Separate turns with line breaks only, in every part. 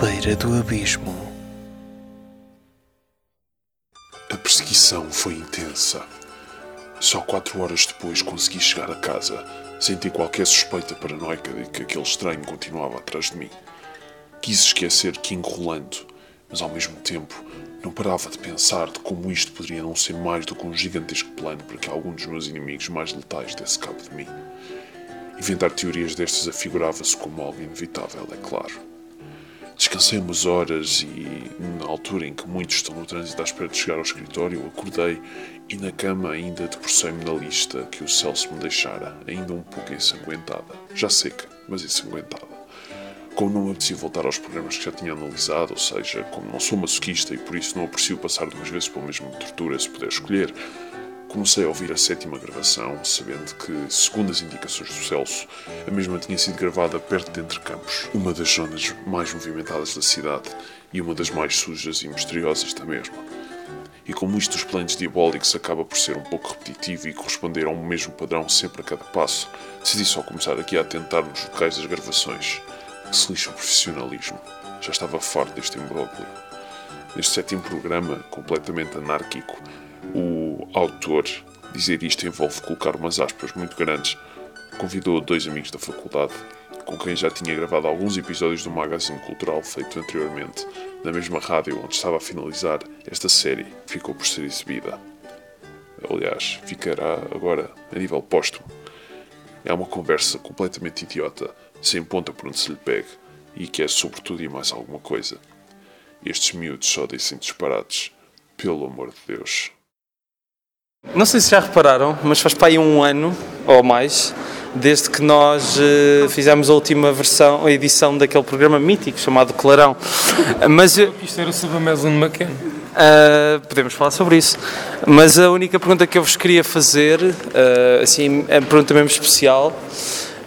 beira do abismo.
A perseguição foi intensa. Só quatro horas depois consegui chegar a casa. Senti qualquer suspeita paranoica de que aquele estranho continuava atrás de mim. Quis esquecer que enrolando, mas ao mesmo tempo não parava de pensar de como isto poderia não ser mais do que um gigantesco plano para que algum dos meus inimigos mais letais desse cabo de mim. Inventar teorias destas afigurava-se como algo inevitável, é claro. Descansei umas horas e, na altura em que muitos estão no trânsito à espera de chegar ao escritório, acordei e na cama ainda debrucei-me na lista que o Celso me deixara, ainda um pouco ensanguentada. Já seca, mas ensanguentada como não me apetecia voltar aos programas que já tinha analisado, ou seja, como não sou masoquista e por isso não aprecio passar duas vezes pela mesma tortura se puder escolher, comecei a ouvir a sétima gravação, sabendo que, segundo as indicações do Celso, a mesma tinha sido gravada perto de Entrecampos, uma das zonas mais movimentadas da cidade e uma das mais sujas e misteriosas da mesma. E como isto dos planos diabólicos acaba por ser um pouco repetitivo e corresponder a um mesmo padrão sempre a cada passo, decidi só começar aqui a atentar nos locais das gravações que se lixa o profissionalismo. Já estava farto deste imbróglio. Neste sétimo programa, completamente anárquico, o autor, dizer isto envolve colocar umas aspas muito grandes, convidou dois amigos da faculdade, com quem já tinha gravado alguns episódios do magazine cultural feito anteriormente, na mesma rádio onde estava a finalizar esta série, que ficou por ser exibida. Aliás, ficará agora a nível póstumo. É uma conversa completamente idiota, sem ponta por onde se lhe pegue, e que é sobretudo e mais alguma coisa. Estes miúdos só dizem disparates, pelo amor de Deus.
Não sei se já repararam, mas faz para aí um ano ou mais desde que nós eh, fizemos a última versão, a edição daquele programa mítico chamado Clarão. Mas eh,
Isto era sobre a Madeline McCann.
ah, podemos falar sobre isso. Mas a única pergunta que eu vos queria fazer, ah, assim, é uma pergunta mesmo especial,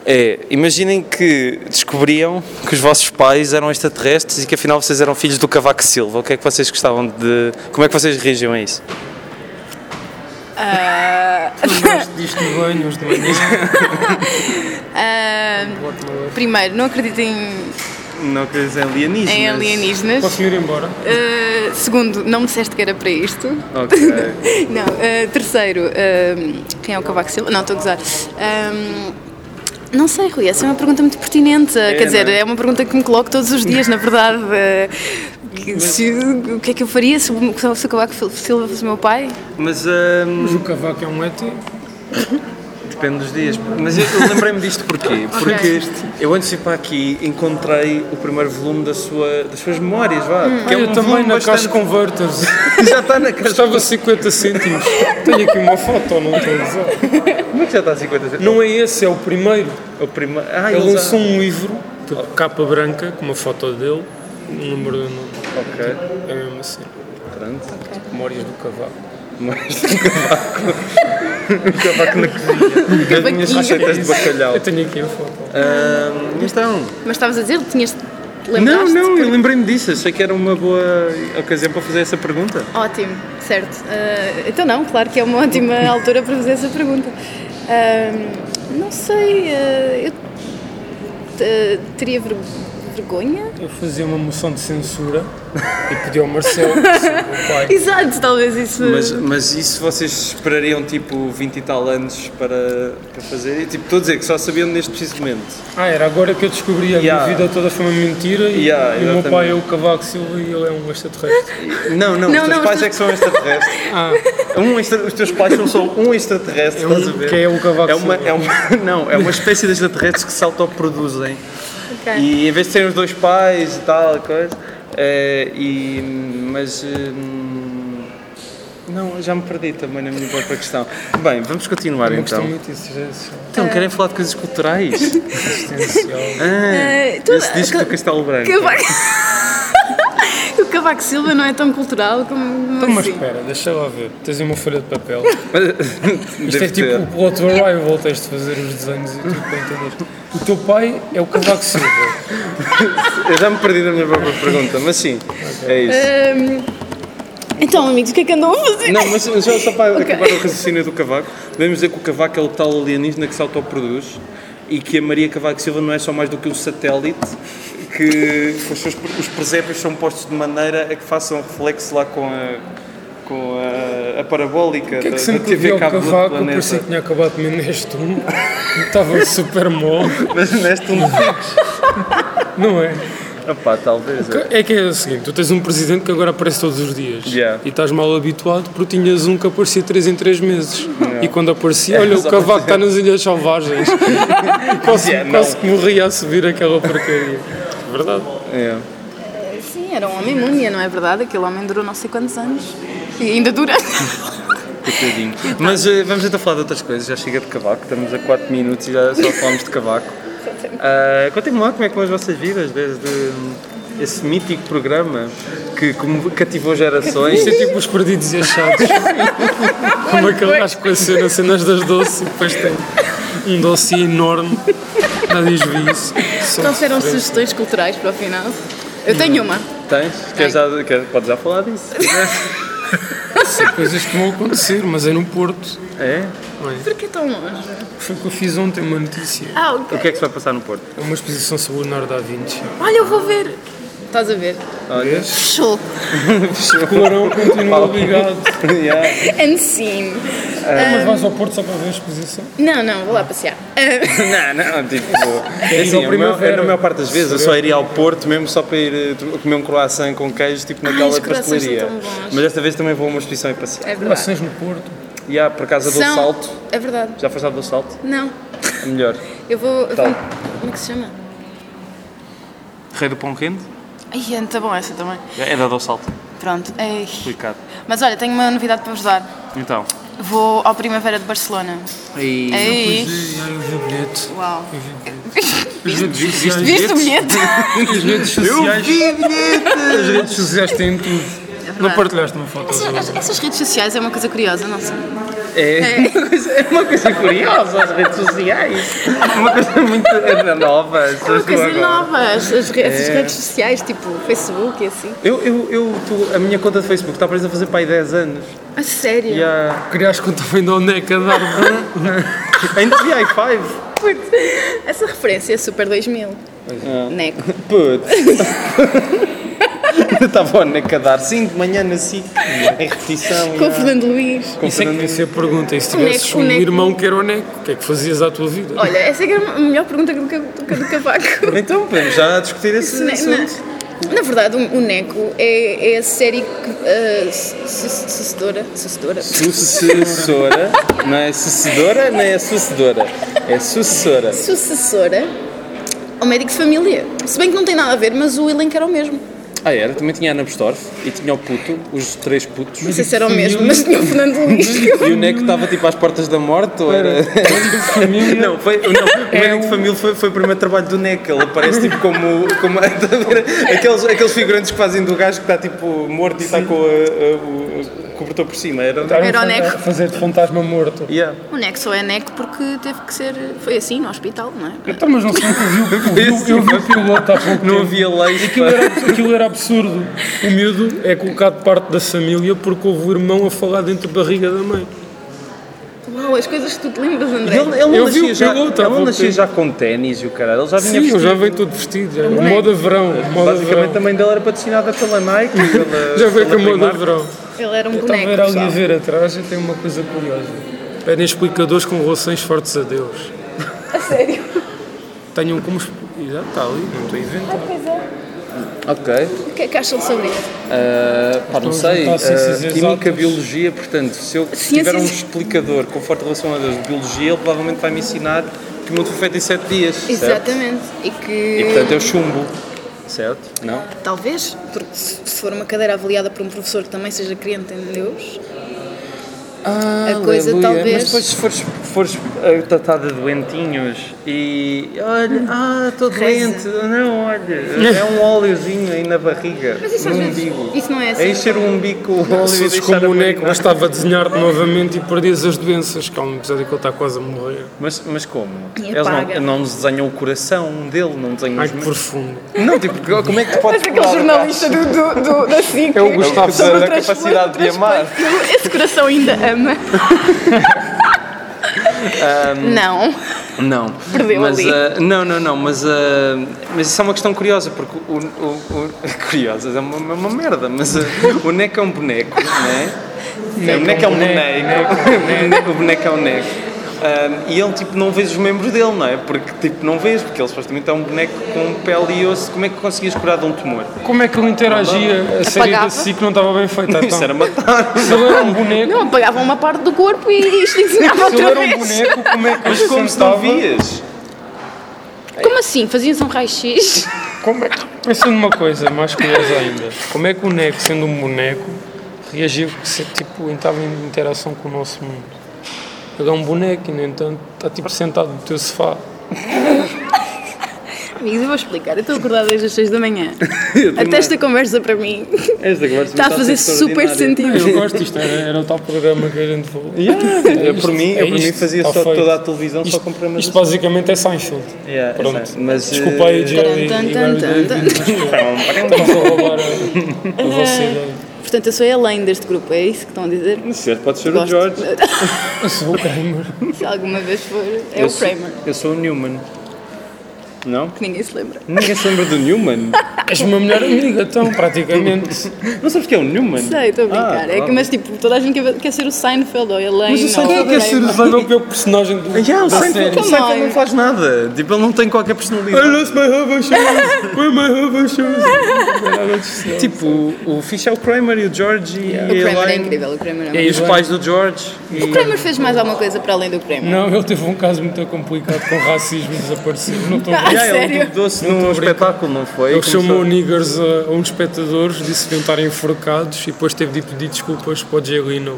é: imaginem que descobriam que os vossos pais eram extraterrestres e que afinal vocês eram filhos do Cavaco Silva. O que é que vocês gostavam de. Como é que vocês reagiam a isso?
Diz-te bem, os demais.
Primeiro, não acredito em,
Não queres é alienígenas.
em alienígenas.
Posso ir embora?
Ah, segundo, não me disseste que era para isto. Não. ah, terceiro, ah, quem é o Cavaco Silva? Não, estou a gozar. Ah, não sei, Rui, essa é uma pergunta muito pertinente. Quer dizer,
não é?
é uma pergunta que me coloco todos os dias, na verdade. Ah, que- se- o que é que eu faria se, o- se o Cavaco Silva fosse meu pai?
Mas hum,
Mas o cavaco é um ET.
Depende dos dias. Mas eu, eu lembrei-me disto porquê? Porque eu antes de ir para aqui encontrei o primeiro volume da sua, das suas memórias, vá. que é
Ah, eu
um
também
volume
na Cash
bastante...
Converters.
Já está na caixa.
Estava a 50 cêntimos. Tenho aqui uma foto, não tenho usado.
Como é que já está a 50
Não é esse, é o primeiro.
O primeiro... Ah,
Ele
ele
lançou
já...
um livro, tipo, capa branca, com uma foto dele, um número do nome.
Ok,
É mesmo assim.
pronto.
Memórias do cavaco.
Mas de cavaco. cavaco na cozinha. As minhas
Cavaquinho.
receitas de bacalhau.
Eu tenho aqui a foto.
Ahm, então...
Mas estavas a dizer, tinhas.
Não,
Lembraste?
não, eu lembrei-me disso. Achei que era uma boa ocasião para fazer essa pergunta.
Ótimo, certo. Ah, então não, claro que é uma ótima altura para fazer essa pergunta. Ahm, não sei, ah, eu ah, teria ver- vergonha?
Eu fazia uma moção de censura e pedi ao Marcelo, que sou o meu pai.
Exato, talvez isso.
Mas, mas isso vocês esperariam tipo 20 e tal anos para, para fazer? E, tipo, estou a dizer que só sabiam neste preciso momento.
Ah, era agora que eu descobri a
Yeah.
minha vida toda foi uma mentira e,
Yeah,
e o meu
exatamente.
pai é o Cavaco Silva e ele é um extraterrestre.
Não, não,
Não,
os teus
não,
pais
os
é que são extraterrestres.
Ah,
Um extra- os teus pais são só um extraterrestre,
É um-
estás a ver?
que é o Cavaco
é uma,
Silva.
é uma- Não, é uma espécie de extraterrestres que se autoproduzem.
Ok.
E em vez de serem os dois pais e tal, coisa. eh, e, mas. hum, não, já me perdi também na minha própria questão. Bem, vamos continuar
É uma questão
então.
muito existencial.
Então, querem falar de coisas culturais?
existencial.
Ah,
Eh, tu-
esse disco é do Castelo Branco.
Cavaco... o Cavaco Silva não é tão cultural como.
Então, mas
assim.
espera, deixa lá ver. Tens aí uma folha de papel. Isto
Deve
é tipo o plot do Arrival, tens de fazer os desenhos e tudo para entender. O teu pai é o é Cavaco Silva.
ter. Eu já me perdi na minha própria pergunta, mas sim, é isso.
Ahm, então, amigos, o que é que andam a fazer?
Não, mas só, só para
Ok.
acabar o raciocínio do Cavaco, podemos dizer que o Cavaco é o tal alienígena que se autoproduz e que a Maria Cavaco Silva não é só mais do que um satélite que os, seus- os presépios são postos de maneira a que façam reflexo lá com a, com a, a parabólica
que é
da,
que
da
sempre que vi
TV
o
Cabo do
cavaco, eu
Planeta.
parecia que tinha acabado de me neste um. Estava super mal,
Mas neste um
não é?
Opá, talvez. é.
É que é o seguinte, tu tens um presidente que agora aparece todos os dias
Yeah.
e estás mal habituado porque tinhas um que aparecia 3 em 3 meses e quando aparecia, olha o
só
cavaco está nas Ilhas Selvagens quase,
Yeah, não.
quase que morria a subir aquela porcaria verdade
É.
Sim, era um homem múmia, não é verdade? Aquele homem durou não sei quantos anos. E ainda dura.
Então, Coitadinho. Mas eh, vamos então falar de outras coisas, já chega de cavaco, estamos a 4 minutos e já só falamos de cavaco. Ah, Contem-me lá como é que vão as vossas vidas desde hum, esse mítico programa que como cativou gerações.
isto é tipo os perdidos e achados como é aquele gajo com a cena, cenas das doces e depois tem um doce enorme nada desvio isso Só-
Trouxeram sugestões culturais para o final. Eu tenho uma.
Tipo, Tens? Queres já, quer, podes já falar disso?
coisas que vão acontecer, mas é no Porto
É?
Porquê tão longe?
foi o que eu fiz ontem uma notícia
Ah, ok.
O que é que se vai passar no Porto?
é uma exposição sobre o Leonardo da Vinci
Olha, eu vou ver. Estás a ver?
Olha.
Show.
Clarão continua obrigado.
Yeah.
And scene.
É, Mas vais ao Porto só para ver a exposição?
Não, não, vou lá passear. Ah,
Não, não, tipo. É
igual
assim, o meu-
primavera.
eu, na maior parte das vezes eu só iria ao Porto mesmo só para ir eh, tro- comer um croissant com queijo, tipo naquela
os croissants são
pastelaria.
tão bons.
Mas desta vez também vou a uma exposição e passear.
é verdade.
Relações no Porto.
E há por casa do
São-
salto.
É verdade.
Já foste à do salto?
Não.
É melhor.
Eu vou. eu
Tá.
vou- Como é que se chama?
Rei do Pão Quente?
Ai, é tá bom essa também.
É da do salto,
Pronto. Ai.
explicado.
Mas olha, tenho uma novidade para vos dar.
Então.
Vou ao Primavera de Barcelona.
E...
Ei.
eu vi o bilhete.
Uau.
Viste
Viste o bilhete?
As redes sociais. As redes sociais têm tudo.
É
Não partilhaste uma foto do-
Essas- Essas redes sociais é uma coisa curiosa, não sei.
É. é uma coisa curiosa, as redes sociais. É uma coisa muito é nova. as pessoas
Uma coisa
agora.
nova, as- as re- essas
É.
redes sociais, tipo Facebook e assim.
Eu, eu, eu tu- a minha conta de Facebook está presa a fazer para aí 10 anos.
A sério?
E há... tipo,
Criaste quando também da Oneca de é árvore.
Ainda vi i5.
Putz, Essa referência é Super Né? 2000. Neco.
Putz. Eu Estava na cadar 5 de manhã na SIC, em repetição.
Com o
já.
Fernando Luís.
Com
Isso é que
Fernando-
devia ser a pergunta. E se
Oneco,
tivesses um
Oneco.
irmão que era Oneco, o que é que fazias à tua vida?
Olha, essa é que era a melhor pergunta do que do que a do Cavaco.
Então, podemos já discutir esse
Na,
assunto.
na- na verdade, o o Neco é, é a série que, ah, su- su- sucedora. Sucedora.
sucessora, não é sucedora nem é sucedora, é sucessora.
Sucessora ao médico de família. Se bem que não tem nada a ver, mas o elenco era o mesmo.
Ah, era, também tinha a Ana Bestorff e tinha o puto, os três putos.
Não sei se era o mesmo, mas tinha o Fernando Luís.
E o Neco estava tipo às portas da morte ou era. É um Não, foi, não, o médico de família foi, foi o primeiro trabalho do Neco. Ele aparece tipo como. como aqueles, aqueles figurantes que fazem do gajo que está tipo morto e está com a- a- o cobertor por cima. Era.
Era o Neco.
Fazer de fantasma morto.
Yeah.
O Neco só é Neco porque teve que ser. Foi assim no hospital, não é?
Então, mas não sei o que eu vi. Eu vi, eu vi o piloto há pouco
Não
tempo.
havia leis
Aquilo
para.
era, aquilo era absurdo. O miúdo é colocado de parte da família porque houve o irmão a falar dentro da barriga da mãe.
Uau, as coisas que tu te lembras, André.
Ele, ele não
Eu vi o
nascia já,
piloto
ele
há
não
pouco
nascia
tempo.
já com ténis e o caralho. Ele já vinha
Sim, eu já
vestido.
vem todo vestido. Já. é Moda verão. Moda
É, Basicamente
verão.
também dele era patrocinada pela Nike. Pela,
Já
pela
veio com a moda
Primark.
verão.
Ele era um
Estava
boneco.
ali a
pessoal.
ver atrás e tem uma coisa curiosa. Pedem explicadores com relações fortes a Deus.
A sério.
Tenham como. expl- Já está ali, não estou a inventar.
Ok.
O que é que acham sobre isso?
Ah, pá, não
Vamos
sei.
juntar ciências
Ah, química,
exatas.
biologia, portanto, se eu tiver um explicador com forte relação a Deus de biologia, ele provavelmente vai me ensinar que o mundo foi feito em 7 dias. certo?
Exatamente. E que.
E portanto eu chumbo. Certo? Não?
Talvez, porque se se for uma cadeira avaliada por um professor que também seja crente em Deus,
Ah,
A coisa aleluia. talvez-
Mas depois se fores, fores ah, tratada de doentinhos e. Olha, ah, estou
Hum. Reza.
doente. Não, olha. É um óleozinho aí na barriga.
Mas isso
no
às vezes-
umbigo.
isso não é
É
assim.
encher o umbico com óleo
Se
e
fosses
deixar a
como o Neco,
barriga.
bastava desenhar-te novamente e perdias as doenças, que há um episódio que ele está quase a morrer.
Mas, mas como?
E
Eles
apaga.
não, não nos desenham o coração dele, não desenham
Ai,
os
que
músculos.
profundo.
Não, tipo, como é que tu podes
aquele jornalista do, do, do- da SIC.
É o Gustavo
sobre o
da
transplante-
capacidade de amar.
Esse coração ainda ama. Não.
Não.
Perdeu
mas,
ali.
ah, não, não, não, mas, ah, mas isso é uma questão curiosa, porque o. o- o- curiosa, é uma, uma- uma merda, mas ah, o neco é um boneco, não é? O neco é um boneco. O boneco é um neco. Ah, e ele tipo não vês os membros dele, não é? Porque tipo não vês, porque ele supostamente é um boneco com pele e osso. Como é que conseguias curar de um tumor?
Como é que ele interagia? A série da
Apagava?
SIC não estava bem feita. Então.
Isso era matar.
Se ele era um boneco,
Não, apagavam uma parte do corpo e isto ensinava
se ele
outra
era um
vez.
boneco, como é que
Mas
ele
como se não
sentava?
vias?
Como assim? Faziam-se um raio-x?
Como é que... Pensa numa coisa mais curiosa ainda. Como é que o boneco, sendo um boneco, reagiu se, tipo, estava em interação com o nosso mundo? Ele é um boneco e, no entanto, está tipo sentado no teu sofá.
Amigos, eu vou explicar. Eu estou acordada desde as 6 da manhã. Até esta conversa para mim
Esta conversa
está a fazer super sentido.
Eu gosto disto, era, era o tal programa que a gente falou.
Yeah, eu, por mim,
é
eu por mim
isto,
fazia
tá
só
feito.
toda a televisão só com
Isto,
programas
isto basicamente é Seinfeld.
Yeah,
Pronto.
exato. Mas,
Desculpa aí,
eh, é um
Jerry. e
tan,
Larry
tan, tan,
David, mas Estamos a roubar a, a vossa ideia.
Portanto, eu sou a além deste grupo, é isso que estão a dizer?
certo, pode ser o
Gosto.
George.
Eu sou o Kramer.
Se alguma vez for, é
eu
o
sou,
Kramer.
eu sou o Newman. Não?
Que ninguém se lembra.
Ninguém se lembra do Newman.
És uma melhor amiga, então, praticamente.
Não sabes que é o Newman?
Sei, estou a brincar.
Ah,
é que, mas tipo, toda a gente quer, quer ser o Seinfeld ou a Elaine.
Mas o
ou
Seinfeld
o
quer ser
Kramer.
Mas é o pior personagem do mundo.
Yeah, o Seinfeld, o
sério?
Seinfeld
Também.
não faz nada. Tipo, ele não tem qualquer personalidade.
lost my hover shoes! Where my hover shoes?
Tipo, o, o Fish é o Kramer e o George e,
O
e a
Kramer é
Elaine.
incrível, o Kramer é
E
muito
os pais do George.
O Kramer fez mais alguma coisa para além do Kramer?
Não, ele teve um caso muito complicado com racismo desaparecido. Não estou a
Ah,
brincar.
Yeah, é ele
sério?
mudou-se num espetáculo, não foi?
Ele
Começou-
chamou niggers a, a uns espectadores, disse que iam estar enforcados e depois teve de pedir desculpas para o Jerry não.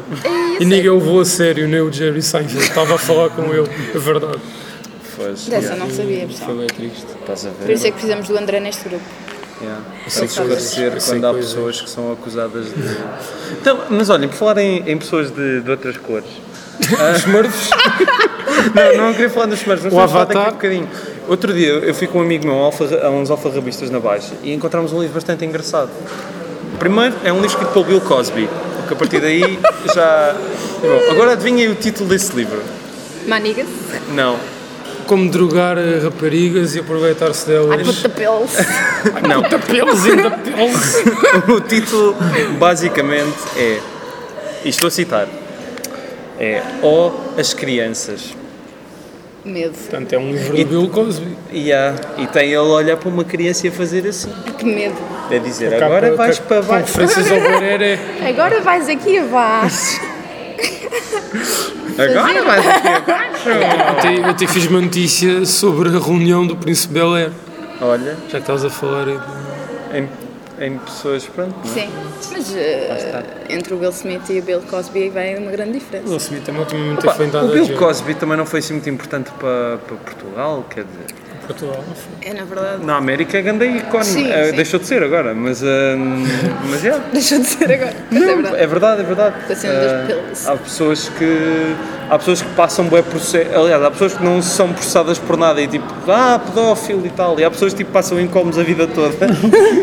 E ninguém levou a sério, nem o Jerry Seinfeld. Estava a falar com ele, é verdade.
Pois,
Dessa eu não sabia, pessoal.
Foi bem triste.
estás a ver?
Por isso é que precisamos do André neste grupo.
Yeah.
sei
Tem que
coisas,
esclarecer
eu sei é.
quando há
coisas.
pessoas que são acusadas de. Então, mas olhem, por falar em, em pessoas de, de outras cores.
Os Smurfs?
Não, não queria falar dos Smurfs, mas
O
vamos falar
Avatar?
daqui a bocadinho. Outro dia eu fui com um amigo meu, um alfa- a uns alfarrabistas na Baixa, e encontramos um livro bastante engraçado. Primeiro, é um livro escrito pelo Bill Cosby, que a partir daí já. Bom, agora adivinhem o título desse livro.
Manigas.
Não,
Como drogar eh, raparigas e aproveitar-se delas.
Ai, puta pele.
não.
Pelos ainda pelos.
O título basicamente é, e estou a citar, é Ó as crianças.
Medo.
Portanto, é um livro do Bill Cosby.
E há- e tem ele a olhar para uma criança e a fazer assim.
Que medo.
A dizer, agora
Capa-
vais
ca-
para baixo.
Conferências ao Barreiro é.
Agora vais aqui abaixo.
Agora vais aqui abaixo.
Ontem, ontem fiz uma notícia sobre a reunião do Príncipe Bel Air.
Olha,
Já que estás a falar aí. de-
em, em pessoas, pronto. é?
Sim. Mas eh, entre o Bill Smith e o Bill Cosby vai uma grande diferença.
Will Smith também ultimamente
Pá,
tem feito
o
nada
Bill Cosby também não foi assim muito importante para, para Portugal, quer dizer...
Portugal. não
Oh.
foi?
É na verdade.
Na América é grande ícone,
Sim,
Ah,
sim.
deixou de ser agora, mas... ah, mas, yeah.
Deixa de ser agora. Mas é
Não,
verdade.
é verdade, é verdade.
Com a cena das peles.
Ah, há pessoas que. Há pessoas que passam bué processo. Aliás, há pessoas que não são processadas por nada e tipo, ah, pedófilo e tal. E há pessoas que tipo, passam incómodos a vida toda,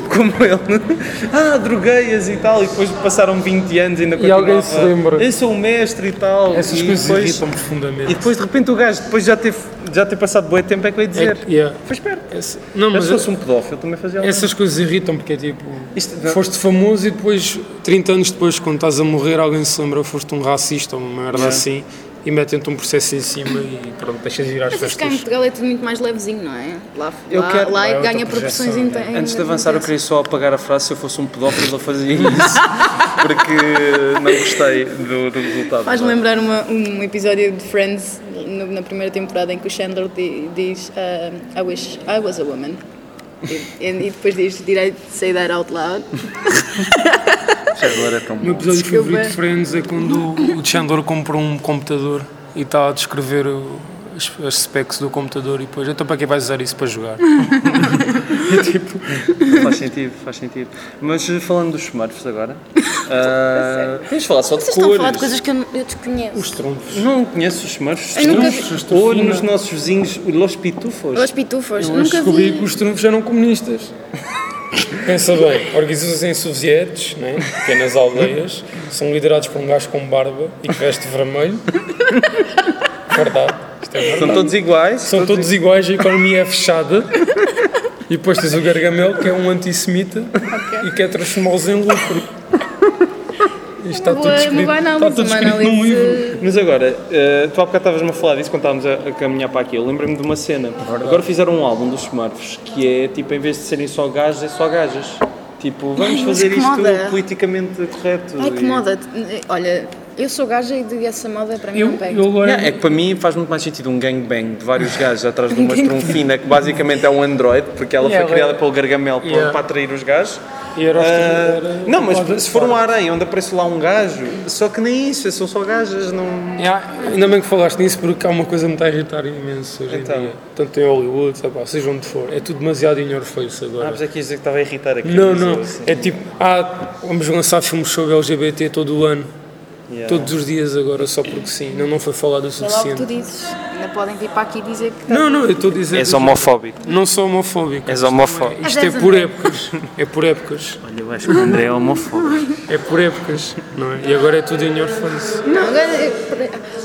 como ele. Ah, drogueias e tal. E depois passaram 20 anos e ainda
E alguém se
continuava,
lembra.
Eu sou um mestre e tal.
Essas
e
coisas
depois,
irritam-me
E
profundamente.
depois de repente o gajo, depois de já ter, já ter passado bué tempo, é que vai dizer.
É- yeah.
Foi esperto.
Essa- Não,
Mas
mas
se fosse um pedófilo também fazia algo.
essas coisas irritam porque é tipo.
Isto não-
Foste famoso e depois, 30 anos depois, quando estás a morrer, alguém se lembra que foste um racista ou uma merda assim e metem-te um processo em cima e pronto, deixas de ir às
Mas acho que cá em
festas.
Portugal é tudo muito mais levezinho, não é? Lá,
Eu
lá,
quero-
lá
é outra
ganha proporções
projeção,
inteiras.
Antes de avançar, eu queria só apagar a frase. Se eu fosse um pedófilo, eu fazia isso. Porque não gostei do, do resultado.
Faz-me lembrar uma- um episódio de Friends no- na primeira temporada em que o Chandler di- diz ah, I wish I was a woman. E, e- e depois diz Did I say that out loud?
Chandler é tão
O meu
bom.
episódio
Desculpa.
favorito de Friends é quando o Chandler comprou um computador e está a descrever o- as, as specs do computador e depois, então para que vais usar isso para jogar?
Faz sentido, faz sentido. Mas eh, falando dos Smurfs agora. ah, Vamos falar só de
Vocês
cores.
estão a falar de coisas que eu, eu desconheço.
Os troncos.
Não conheço os Smurfs.
Eu nunca
vi.
Os Ou nos nossos vizinhos, os Los Pitufos.
Os
Mas
pitufos, nunca
descobri
vi.
que os trunfos eram comunistas. Pensa bem, organizações sovietes, né? pequenas aldeias, são liderados por um gajo com barba e que veste vermelho. Verdade. Isto
São todos iguais.
São todos iguais, a economia é fechada. E depois tens o Gargamel, que é um antissemita e quer transformá-los em lucro. Isto está
Boa-
tudo escrito,
boa análise,
está tudo
uma
escrito num
análise-
livro.
Mas agora, eh, tu há bocado estavas-me a falar disso quando estávamos a, a caminhar para aqui. Eu lembrei-me de uma cena. Agora fizeram um álbum dos Smurfs que é tipo, em vez de serem só gajos, é só gajas. Tipo, vamos
Ai, mas
fazer
que
isto
moda.
politicamente correto.
Ai, que
e-
moda. Olha, eu sou gaja e de essa moda é para mim
Eu,
não pega.
eu agora.
Yeah, é que para mim faz muito mais sentido um gangbang de vários gajos atrás de uma estronfina que basicamente é um android, porque ela
Yeah,
foi criada
ela-
pelo Gargamel para,
Yeah.
para atrair os gajos.
E era-
Ah,
era-
não, mas
era-
se for um aranha onde aparece lá um gajo, só que nem isso, são só gajas, não.
Yeah, ainda bem que falaste nisso porque há uma coisa que me está a irritar imenso hoje
Então.
em dia. Tanto em Hollywood, sei lá, seja onde for. É tudo demasiado in your face
Ah,
agora.
mas é que ia dizer que estava a irritar aqui.
não,
mas
não.
eu, assim,
É tipo, ah, vamos lançar filmes sobre LGBT todo o ano.
yeah.
Todos os dias agora, só porque sim. Não, não foi falado o
É logo que
suficiente.
tu dizes. Ainda podem vir para aqui dizer que.
Não, não, eu estou a dizer.
És homofóbico.
Não sou homofóbico.
És homofóbico.
Isto é por épocas. É por épocas.
Olha, eu acho que o André é homofóbico.
É por épocas. Não é? E agora é tudo in your face.
Não, agora eu-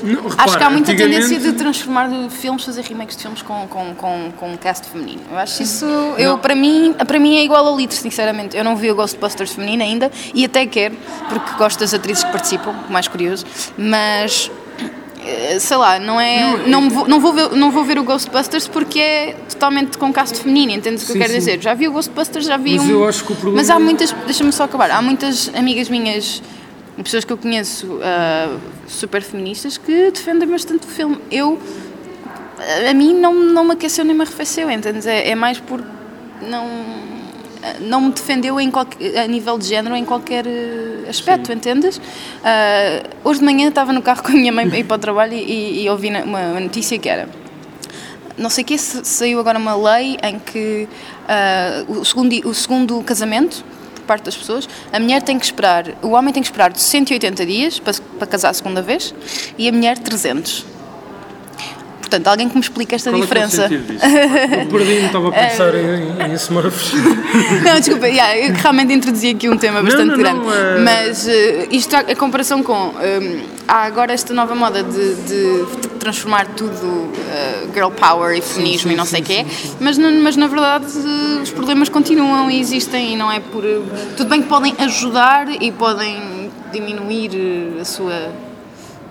Não,
Acho
repara,
que há muita
antigamente-
tendência de transformar de filmes, fazer remakes de filmes com, com, com, com um cast feminino. Eu acho isso. Eu, para, mim, para mim é igual ao Litres, sinceramente. Eu não vi o Ghostbusters feminino ainda e até quero, porque gosto das atrizes que participam, o mais curioso, mas. eh, Sei lá, não é. Não, me vou, não, vou ver, não vou ver o Ghostbusters porque é totalmente com cast feminino, entendes o que
Sim,
eu quero
sim.
dizer? Já vi o Ghostbusters, já vi
Mas
um.
eu acho que o problema
Mas há
é-
muitas, deixa-me só acabar, há muitas amigas minhas, pessoas que eu conheço, ah, super feministas, que defendem bastante o filme. Eu, a mim não, não me aqueceu nem me arrefeceu, entendes? É, é mais por não não me defendeu em qualquer, a nível de género em qualquer eh, aspecto, entendes? Ah, hoje de manhã estava no carro com a minha mãe para ir para o trabalho e, e ouvi na- uma uma notícia que era não sei o que, saiu agora uma lei em que ah, o, segundo, di- o segundo casamento, por parte das pessoas, a mulher tem que esperar, o homem tem que esperar 180 dias para, se- para casar a segunda vez e a mulher 300. Portanto, alguém que me explique esta
Qual é que é o
diferença.
sentido disso?
Eu perdi-me, estava a
É.
pensar em, em Smurfs.
Não, desculpa, yeah, eu que realmente introduzi aqui um tema bastante
não,
grande.
não, é-
Mas eh, isto, a, a comparação com. hum, há agora esta nova moda de, de t- transformar tudo eh, girl power e feminismo e não sei o quê, mas, na- mas na verdade eh, os problemas continuam e existem e não é por. eh, Tudo bem que podem ajudar e podem diminuir eh, a sua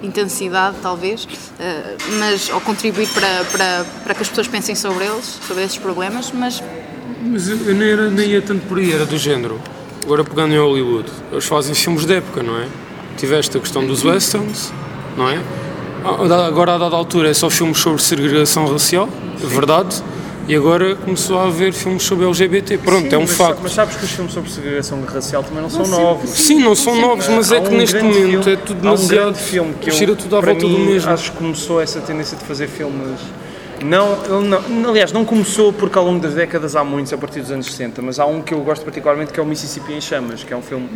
intensidade talvez, eh, mas ou contribuir para, para, para que as pessoas pensem sobre eles, sobre esses problemas, mas
Mas eu eu nem, era, nem ia tanto por aí, era do género. Agora pegando em Hollywood, eles fazem filmes de época, não é? Tiveste a questão dos westerns, não é? A- a- Agora, a dada altura, é só filmes sobre segregação racial, é verdade. E agora começou a haver filmes sobre LGBT. Pronto, é um
mas,
facto.
Mas sabes que os filmes sobre segregação racial também não são novos.
Sim, não são novos, mas é
Há
que
um
neste
grande
momento
filme-
é tudo
há um
demasiado.
grande filme que eu,
gira tudo à
para
volta
mim,
do mesmo.
Acho que começou essa tendência de fazer filmes. Não, ele não, aliás, não começou porque ao longo das décadas há muitos, a partir dos anos 60, mas há um que eu gosto particularmente que é o Mississippi em Chamas, que é um filme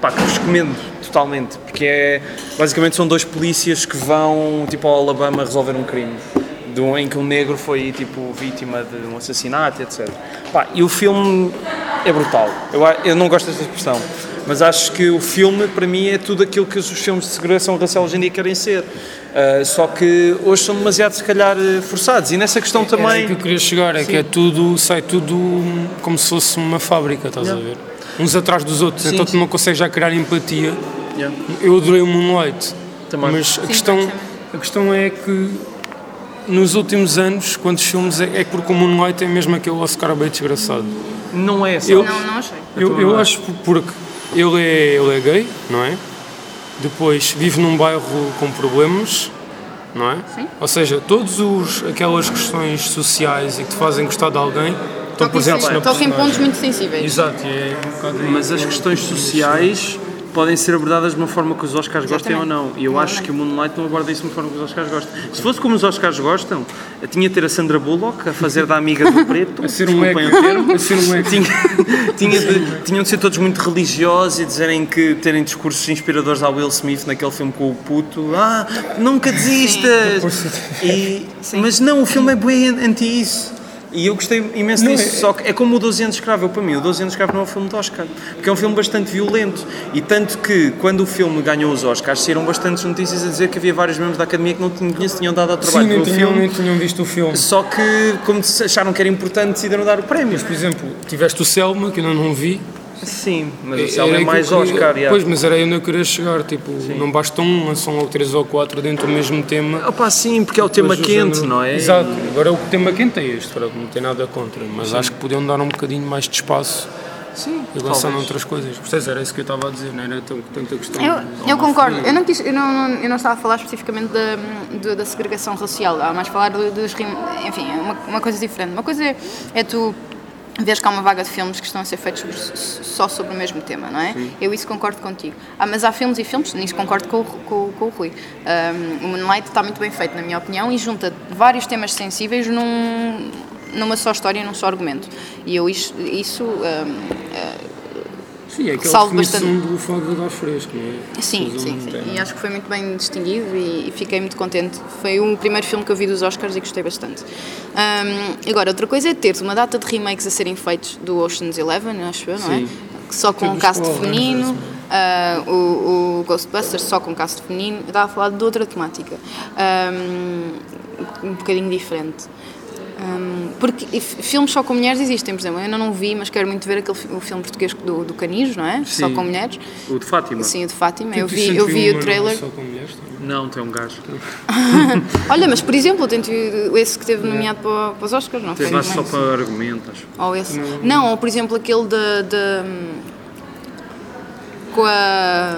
pá, que vos recomendo totalmente, porque é basicamente são dois polícias que vão tipo ao Alabama resolver um crime de um- em que um negro foi tipo vítima de um assassinato, etc. Pá, e o filme é brutal. Eu, a- eu não gosto desta expressão, mas acho que o filme, para mim, é tudo aquilo que os filmes de segregação racial hoje em dia querem ser. Ah, só que hoje são demasiado, se calhar, eh, forçados. E nessa questão
Era aí
também.
que eu queria chegar, é que é tudo, sai tudo hum, como se fosse uma fábrica, estás a ver? Uns atrás dos outros, então tu não consegues já criar empatia.
Yeah.
Eu adorei o Moonlight,
Também.
mas a questão, a questão é que nos últimos anos, quantos filmes é, é porque o Moonlight é mesmo aquele Oscar bem desgraçado.
Não é só.
Eu-
não, não achei.
Eu,
também
eu
não
acho por- porque ele é, ele é gay, não é? Depois vive num bairro com problemas, não é?
Sim.
Ou seja, todas aquelas questões sociais e que te fazem gostar de alguém estão
Toca em
presentes
sen-
na
toca em
personagem.
pontos muito sensíveis.
Exato, e é um bocado aí.
Mas as questões sociais podem ser abordadas de uma forma que os Oscars gostem ou não. E eu acho que o Moonlight não aborda isso de uma forma que os Oscars gostam. Se fosse como os Oscars gostam, eu tinha de ter a Sandra Bullock a fazer da amiga do preto.
A ser um
desculpem
eco,
o termo.
a ser um eco.
Tinha, tinha de, tinham de ser todos muito religiosos e dizerem que terem discursos inspiradores ao Will Smith naquele filme com o puto. Ah, nunca desistas! E- mas não, o filme é bem anti isso. E eu gostei imenso
Não,
disso,
é-
só que é como o 12 anos de escravo, eu, para mim, o 12 anos de escravo não é um filme de Oscar, porque é um filme bastante violento, e tanto que, quando o filme ganhou os Oscars, saíram bastantes notícias a dizer que havia vários membros da Academia que não tinham, se tinham dado ao trabalho
Sim, nem
do
tinham,
filme,
nem tinham visto o filme.
só que, como se acharam que era importante, decidiram dar o prémio.
Por exemplo, tiveste o Selma, que eu ainda não vi.
Sim, mas o
Era
Selma é
aquilo
mais
que-
Oscar, já.
Pois, mas era onde eu queria chegar. Tipo, não basta um, são ou três ou quatro dentro do mesmo tema.
Opa, sim, porque é o tema
Mas o
quente,
género-
não é?
Exato. Agora o tema quente é este, pronto, não tem nada contra. Mas acho que podiam dar um bocadinho mais de espaço
Sim,
e lançar outras coisas. Percebes? Era isso que eu estava a dizer, não era tão, tanta questão.
Eu, eu concordo. Eu não, quis, eu, não, eu não estava a falar especificamente da, do- da segregação racial, estava mais a falar do- dos rim- Enfim, é uma, uma coisa diferente. Uma coisa é, é tu vês que há uma vaga de filmes que estão a ser feitos sobre- só sobre o mesmo tema, não é? Eu isso concordo contigo. Ah, mas há filmes e filmes, nisso concordo com, o Ru- com, o- com o Rui. Um, o Moonlight está muito bem feito, na minha opinião, e junta vários temas sensíveis num, numa só história, num só argumento. E eu isso, isso um,
Sim, é aquela
Salve
definição do fogo de ar fresco, não é?
Sim,
Fazer
sim,
um
sim.
tema.
E acho que foi muito bem distinguido e, e fiquei muito contente. Foi o primeiro filme que eu vi dos Oscars e gostei bastante. Ahm, agora, outra coisa é ter uma data de remakes a serem feitos do Ocean's Eleven, acho eu, não é?
Sim.
Que Só com um
Temos
cast
Power Rangers,
feminino,
não
ah, o, o Ghostbusters só com um cast feminino. Eu estava a falar de outra temática, Ahm, um bocadinho diferente. Ahm, porque e f- filmes só com mulheres existem, por exemplo, eu ainda não vi, mas quero muito ver aquele, fi- o filme português do, do Canijo, não é? Só
Sim.
com mulheres.
O de Fátima?
Sim, o de Fátima. Eu
Tu
vi,
sempre
eu vi
uma
o
não
trailer.
Só com mulheres, tá? também.
Não, tem um gajo.
Olha, mas por exemplo, eu tento ir- esse que teve nomeado para, para os Oscars, não foi?
Tem um gajo só
Mas-
para argumentos.
Ou esse. Não. ou por exemplo aquele de. de- com a.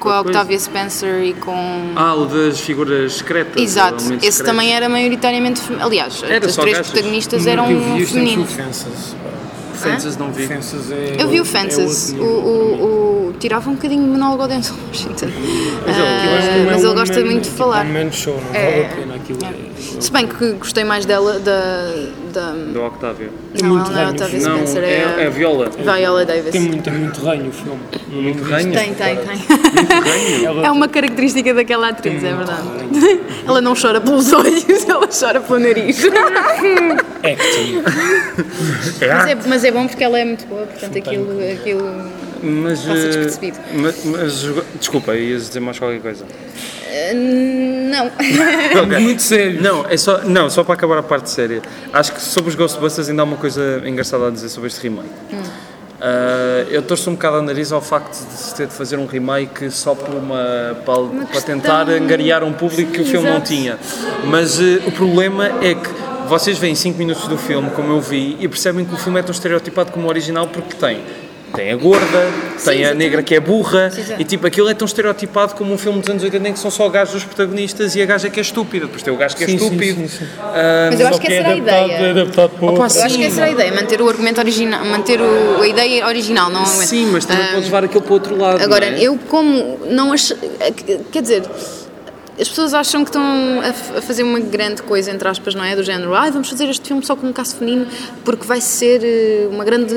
Com a
Qual coisa?
Octavia Spencer e com.
Ah, o das figuras secretas.
Exato, esse também era maioritariamente. fem- Aliás,
Era
as
só
três
gajas.
protagonistas
Não,
eram
eu vi este,
femininos.
eu vi o Fences.
é-
era... Fences não vi.
Fences é
Eu vi o
outro- é
Fences,
outro
o,
nível.
o, o- tirava um bocadinho de monólogo ao Denzel Washington.
Mas ele- aquilo acho que
Ah,
não é
mas
um
ele gosta
one-man-
muito de
tipo
falar.
um one-man show, não
É.
vale a pena aquilo. É.
Se bem que gostei mais dela, da. da
Do Octávio.
não,
muito
não é
ranho,
Octavia
filho.
Não,
Spencer,
é, é a viola.
Viola Davis.
Tem muito, tem muito ranho o filme. Muito
ranho?
Tem, tem, tem. É uma característica daquela atriz, é verdade. Ela não chora pelos olhos, ela chora pelo nariz. Mas é, mas é bom porque ela é muito boa, portanto aquilo. aquilo...
Mas,
Passa
eh,
despercebido.
mas, mas- desculpa, ias dizer mais qualquer coisa.
eh, Não.
Muito sério.
Não, é só, não, só para acabar a parte séria. Acho que sobre os Ghostbusters ainda há uma coisa engraçada a dizer sobre este remake.
Hum.
Ah, eu torço um bocado a nariz ao facto de se ter de fazer um remake só por uma, para, para
questão-
tentar angariar um público que o
Sim,
filme não
exato.
tinha. Mas eh, o problema é que vocês veem 5 minutos do filme, como eu vi, e percebem que o filme é tão estereotipado como o original porque tem. Tem a gorda, tem a
exatamente.
negra que é burra,
exato.
e tipo, aquilo é tão estereotipado como um filme dos anos 80 em que são só gajos os protagonistas e a gaja que é estúpida, depois tem o gajo que é
Sim, sim,
estúpido.
sim, sim.
Mas eu acho
Só
que
é
essa era a
adaptado- é
ideia.
adaptado para
Opa,
outra.
Eu acho que essa era a ideia, manter o argumento original, manter o- a ideia original, não o
Sim, mas também
Ah,
podes levar aquilo para o outro lado.
Agora,
não é?
eu como não acho. é Quer dizer, as pessoas acham que estão a, f- a fazer uma grande coisa, entre aspas, não é? Do género, ai, vamos fazer este filme só com um caso feminino porque vai ser eh, uma grande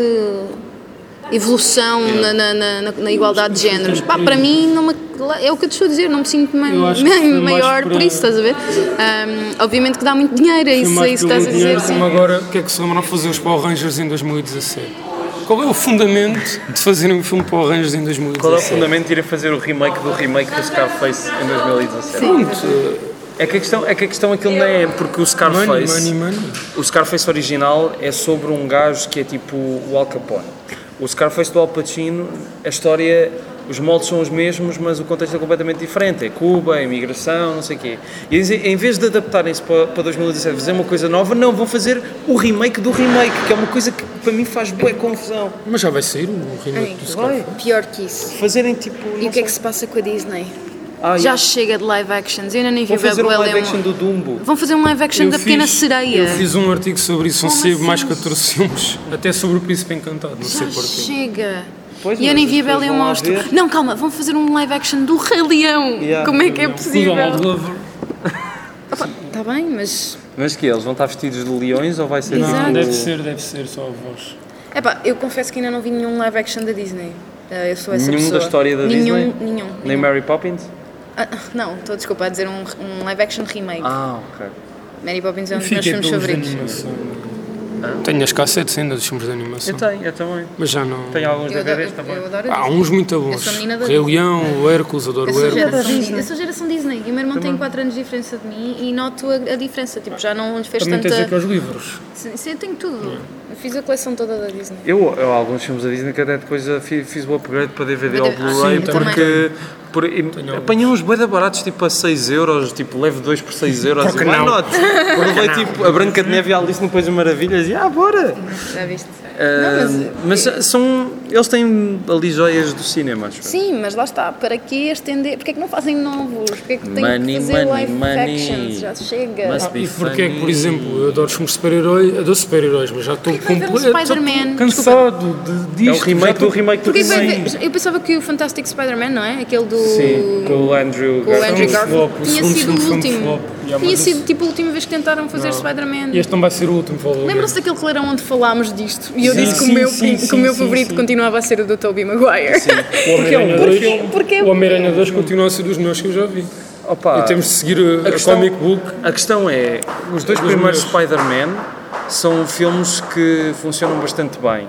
evolução na, na- na- na- na igualdade de géneros. Pá, para mim, não me- é o que eu te estou a dizer, não me sinto ma-
Eu acho que foi mais
maior
por-
por isso, estás a ver? Ah, obviamente que dá muito dinheiro, é
Foi
isso, é
mais
isso que
pelo
estás a dizer.
dinheiro,
Sim.
Como agora, o que é que se lembram de fazer os Power Rangers em 2017? Qual é o fundamento de fazerem um filme Power Rangers em 2017?
Qual é o fundamento de ir a fazer o remake do remake do Scarface em 2017?
Ponto.
É que a questão, é que a questão aquilo não é porque o Scarface,
Money, money, money.
o Scarface original é sobre um gajo que é tipo o Al Capone. O Scarface do Al Pacino, a história, os moldes são os mesmos, mas o contexto é completamente diferente. É Cuba, é imigração, não sei o quê. E eles, em vez de adaptarem-se para, para 2017 fazer uma coisa nova, não, vão fazer o remake do remake, que é uma coisa que para mim faz boa confusão.
Mas já vai sair o remake do Scarface.
Pior que isso.
Fazerem tipo.
E o que é que se passa com a Disney?
Ah,
Já
yeah.
chega de live actions, eu ainda nem
Vão
vi o Bela
fazer um
Bela
live
é um-
action do Dumbo.
Vão fazer um live action
Eu
da
fiz-
Pequena Sereia.
Eu fiz um artigo sobre isso, são
Como
sempre mais
assim?
14 filmes, até sobre o Príncipe Encantado, não
Já
sei porquê.
Ah, chega.
Pois,
e eu
mas
nem
as
vi a Bela
pessoas
e o
vão lá
Monstro.
ver.
Não, calma, vão fazer um live action do Rei Leão.
Yeah.
Como é que é
O
possível?
Donald Glover
Está bem, mas.
Mas que eles vão estar vestidos de leões ou vai ser
Exato.
tipo-
Não,
deve ser, deve ser só a voz.
Epá, eu confesso que ainda não vi nenhum live action da Disney. Ah, Eu sou essa
Nenhum
pessoa.
da história da
nenhum,
Disney?
Nenhum.
Nem
nenhum.
Mary Poppins?
Ah, não, estou desculpa a dizer um, um live action remake.
Ah, ok.
Mary Poppins é um dos meus
Fiquei
filmes
pelos de
favoritos.
animação. Tenho as cassetes ainda dos filmes de animação.
Eu tenho, eu também.
Mas já não.
Tenho alguns
Eu adoro,
DVDs
eu,
também.
adoro
Há
a
uns muito
Eu sou
bons.
menina da
Rei
Disney.
Leão, o Hércules, adoro o
Eu sou,
Hércules.
geração Disney. eu sou geração Disney e o meu irmão tem 4 anos de diferença de mim e noto a, a diferença. Tipo, já não lhe fez
Também tens
tanta.
aqueles livros.
Sim, sim, eu tenho tudo. Eu fiz a coleção toda da Disney.
Eu, eu alguns filmes da Disney que até depois já fi- fiz o upgrade para DVD ou
Ah, sim,
Blu-ray
eu também.
porque por, e- apanhei uns bem baratos tipo a 6 euros, tipo leve 2 por 6 euros.
Por que
why
não?
not? Eu levei tipo a Branca de Neve e a Alice no País das Maravilhas e ah, bora!
Já viste?
Ah,
não,
mas são. Eles têm ali joias do cinema, acho. eu.
é- Sim, mas lá está. Para que estender? Porquê é que não fazem novos? Porquê é que têm
Money,
que fazer
money,
live
money.
actions? Já chega.
Mas-
E porquê é que, por exemplo, eu adoro os filmes de super-heróis, adoro super-heróis, mas já estou
Porquê que vai ver um
completo-
Spider-Man?
cansado de, disto.
É o
já
remake
estou-
do remake do
Porquê que vai
remake.
ver- Eu pensava que o Fantastic Spider-Man, não é? Aquele do.
Sim, com o Andrew
com o Andrew
um
Garfield
flop, o
tinha
segundo
sido
filme
o
foi um
último.
flop. Yeah,
Tinha
mas
sido tipo a última vez que tentaram fazer Spider-Man.
Este não vai ser o último, falou.
Lembram-se daquele clã onde falámos disto? E eu
Sim,
disse que o
sim,
meu,
sim,
pri- que
sim,
o meu
sim,
favorito
sim.
continuava a ser o do Tobey Maguire.
O Homem-Aranha
Porquê?
2,
Porquê?
é um o Homem-Aranha 2 continua a ser dos meus que eu já vi.
Opa,
e temos de seguir uh, a,
Ah. questão-
comic book.
A questão é, os dois
Dos
primeiros
meus.
Spider-Man são filmes que funcionam bastante bem.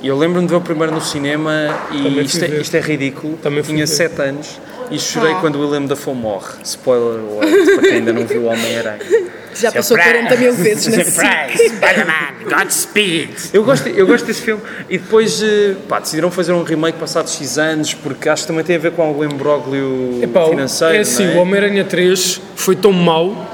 E eu lembro-me de ver o primeiro no cinema e
Também
isto
fui
é,
ver.
isto é ridículo.
Também fui
Tinha
ver.
7 anos e chorei quando o William Dafoe morre. Spoiler alert, para quem ainda não viu o Homem-Aranha.
é
Já passou 40 mil vezes na
Surprise! Spider-Man! Godspeed!
Eu gosto, eu gosto desse filme. E depois eh, pá, decidiram fazer um remake passado X anos, porque acho que também tem a ver com algum imbróglio
Epá, o-
financeiro.
é assim,
não
o Homem-Aranha 3 foi tão mau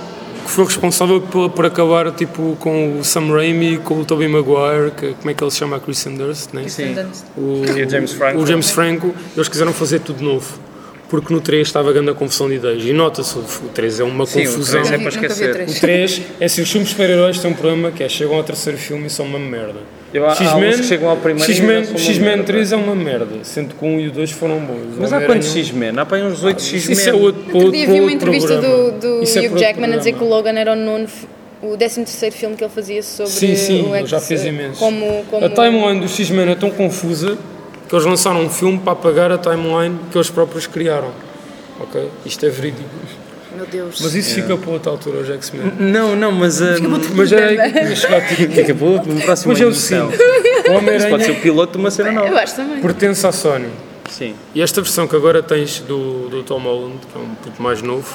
que foi responsável por, por acabar tipo, com o Sam Raimi, com o Tobey Maguire, que, como é que ele se chama? Chris Anders, né?
Sim.
O,
E o James Franco.
o James Franco, eles quiseram fazer tudo novo. Porque no 3 estava a grande confusão de ideias. E nota-se, o 3 é uma
Sim, o
confusão.
três é para
Nunca vi o
esquecer.
três.
O 3 é assim, os filmes de super-heróis têm um problema que é chegam ao terceiro filme e são uma merda.
Eu- há- há alguns que chegam ao primeiro e
X-Men,
ainda são uma
X-Men
merda.
3 é uma merda, sendo que o 1 e o 2 foram bons.
Mas há
Homem-Aranha- é um
quantos X-Men? Há para aí uns 8 X-Men.
Isso é outro, outro,
Outro dia vi uma
outro
entrevista do,
programa.
do
Isso é
Hugh
para outro
Jackman a dizer que o
programa.
Logan era o nono, f- o 13º filme que ele fazia sobre
Sim, sim,
o
eu já
ex-
fiz imenso.
Como, como...
A timeline do X-Men é tão confusa que eles lançaram um filme para apagar a timeline que eles próprios criaram. Ok? Isto é verídico.
Meu Deus.
Mas isso fica para outra altura, os X-Men.
Não, não, mas. ah,
Mas era aí que ia chegar. Tipo,
Fica boa, no próximo
Mas é o
edição.
seguinte, o
Isso pode ser
Homem-Aranha
o piloto de uma cena
Eu
nova.
acho também.
pertence à Sony.
Sim.
E esta versão que agora tens do, do Tom Holland, que é um pouco mais novo,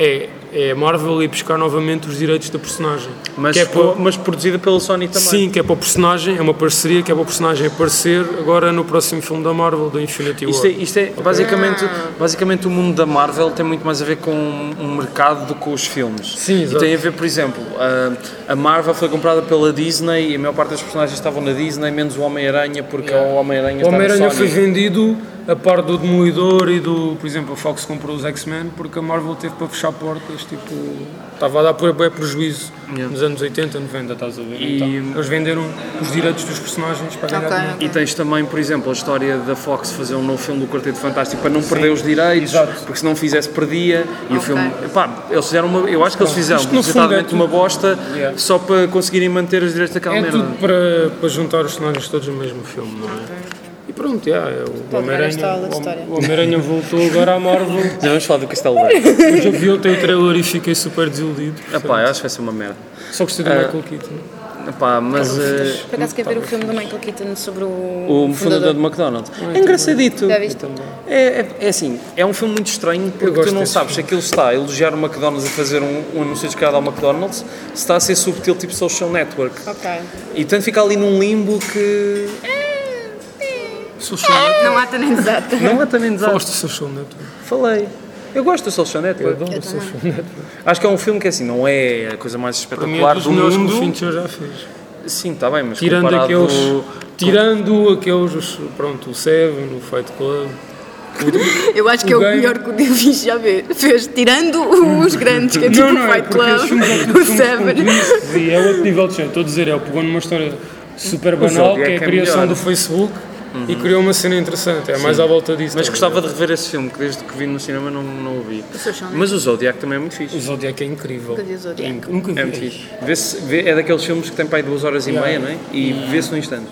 é, é a Marvel ir buscar novamente os direitos da personagem.
Mas,
que é
pro-
para,
mas produzida pelo Sony também.
sim, que é para o personagem, é uma parceria que é para o personagem aparecer agora no próximo filme da Marvel, do Infinity War.
Isto é, isto é basicamente, basicamente o mundo da Marvel tem muito mais a ver com o mercado do que com os filmes.
Sim,
e
exato.
tem a ver, por exemplo, a, a Marvel foi comprada pela Disney e a maior parte dos personagens estavam na Disney, menos o Homem-Aranha, porque o Homem-Aranha
o
está
Homem-Aranha
na
foi
Sony.
vendido a par do Demolidor e do, por exemplo, a Fox comprou os X-Men porque a Marvel teve para fechar portas, tipo, estava a dar por bué prejuízo nos anos 80, 90, estás a ver?
E-
Então, eles venderam os direitos dos personagens para ganhar
Ok,
dinheiro.
ok.
E tens também, por exemplo, a história da Fox fazer um novo filme do Quarteto Fantástico para não perder os direitos,
exato.
porque se não fizesse, perdia. E o
Ok.
filme. Epá, eles fizeram uma. Eu acho que eles fizeram
isto no fundo é
propositadamente
tudo-
uma bosta
Yeah.
só para conseguirem manter os direitos daquela
É
merda.
tudo para, para juntar os cenários todos no mesmo filme, não é? E pronto, yeah, é o
adorar esta
Homem-Aranha
aula de história.
o Homem-Aranha voltou agora à Marvel,
Já vamos falar do Castelo Branco.
mas eu vi ontem o trailer e fiquei super desiludido.
Epá, Ah, é. eu acho que vai ser uma merda.
Só gostei do Michael Keaton.
Epá, mas. eh,
Por acaso quer ver o
tá.
filme do Michael Keaton sobre o,
o fundador do McDonald's. É engraçadito.
Já viste?
É, é, é assim, é um filme muito estranho porque
gosto
tu não
desse
sabes se aquilo está a elogiar o McDonald's a fazer um, um anúncio descarado ao McDonald's, se está a ser subtil tipo social network.
Ok.
E tanto fica ali num limbo que. Social
Não há nem exata.
Não há também desastre.
Gosto do Social Network.
Falei. Eu gosto do Social Network.
Adoro o Social Network.
Acho que é um filme que assim, não é a coisa mais
Para mim é
espetacular
dos
do
melhores que o
mundo.
Fincher já fez.
Sim, está bem, mas
Tirando
comparado...
aqueles... Tirando aqueles, os- pronto, o Seven, o Fight Club.
Eu acho que é
O
o
game-
melhor que o David já vê- fez, tirando os grandes, que é tipo o Fight
porque um esses filmes são
Club,
tudo
o
filmes com
Seven.
twists E é outro nível de cena. Estou a dizer, ele pegou numa história super banal,
Zodiac
que é
é
a criação
melhor. Uhum.
do Facebook, e criou uma cena interessante. É mais à volta disso.
Mas
estás a
gostava de rever esse filme, que desde que vi no cinema não, não o vi.
Social
Mas o Zodiac também é muito
ver. O
fixe.
Zodiac é incrível.
vi o Zodiac.
É inc- Nunca vi.
É muito fixe. Vê-se- vê- é daqueles filmes que tem para aí duas horas e meia, não é? E vê-se num instante.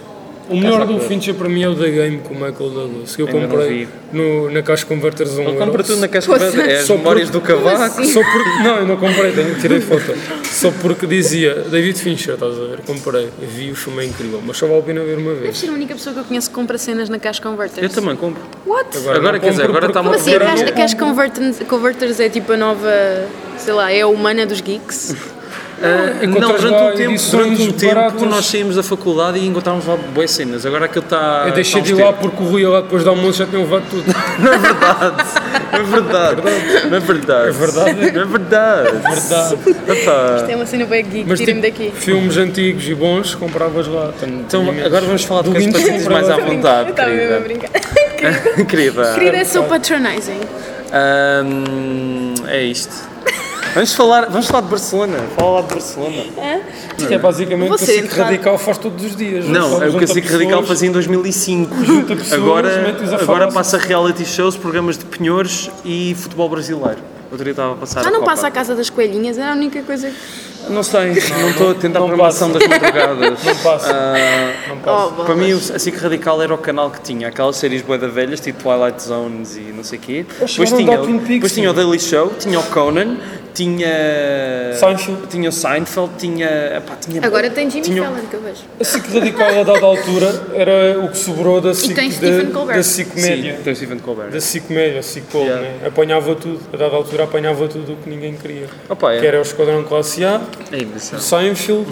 O melhor
Casaco
do
verde.
Fincher para mim é o da Game com o Michael Douglas, que eu
Ainda não
comprei
vi.
no, na Caixa Converters 1.
Ele compra tudo na caixa
Poça.
verde. É as
Só
memórias
por-
do cavaco.
Só porque, não, eu não comprei, tenho, tirei foto. Só porque dizia David Fincher, estás a ver? Comprei, vi o filme é incrível, mas só vale a pena ver uma
Deve
vez.
ser a única pessoa que eu conheço que compra cenas na Cash Converters.
Eu também compro.
What?
Agora,
não
quer dizer,
compro
agora
porque-
está uma
Como assim? A
Agora
Cash,
não
a Cash Converters, Converters é tipo a nova, sei lá, é a humana dos geeks?
Ah, não,
Encontras
durante
lá
um tempo,
edições
durante um tempo
baratas.
nós saímos da faculdade e encontrávamos lá boas cenas. Agora aquilo tá- está.
Eu deixei de
está
ir
aos
lá
tempos.
porque o Rui lá depois do almoço já tinha levado tudo.
Não é verdade. Não é verdade. Não é verdade. É
verdade.
Não é verdade. Epá.
É uma cena bem geek,
Mas
tirem-me daqui.
tipo, filmes antigos e bons compravas lá. Tenho-
Então
tenho
agora vamos falar de
Do
coisas para
Lynch
sentires mais à
comprava-
vontade,
Eu estava mesmo a
querida.
brincar.
Querida.
Querida, é so patronizing.
Ahm, é isto. Vamos falar, vamos falar de Barcelona. Fala lá de Barcelona.
Isto é basicamente o
Vou
que
ser
o Cic
educada.
Radical faz todos os dias.
Não,
Sabe,
é o que a
junta
SIC Radical
pessoas.
fazia em 2005.
Junta pessoas, mete-os
agora
a
agora
falar
passa reality shows, programas de penhores e futebol brasileiro. Outro dia estava a passar.
Já
a
Ah, não
Copa.
passa a casa das coelhinhas, era a única coisa que...
Não sei, não estou atento à
Não
programação
passa.
das madrugadas.
Não passa.
Ah,
Não passa.
Oh,
para
bolas.
mim, o- a SIC Radical era o canal que tinha aquelas séries bué da velhas, tipo Twilight Zones e não sei o quê. Depois
um
chegaram a
tinha,
dar Twin Peaks,
depois tinha o
meu.
Daily Show, tinha o Conan, tinha.
Seinfeld.
Tinha o Seinfeld, tinha. epá, tinha
Agora tem Jimmy
tinha-
Fallon que eu vejo.
A SIC Radical a dada altura era o que sobrou da SIC,
tem
da,
Stephen Colbert.
da SIC Média.
Sim, tem o Stephen Colbert.
Da SIC Média, SIC Polo,
Yeah.
né? Apanhava tudo, a dada altura apanhava tudo o que ninguém queria.
Opa, é.
Que era o Esquadrão Classe A,
É emissão.
o Seinfeld,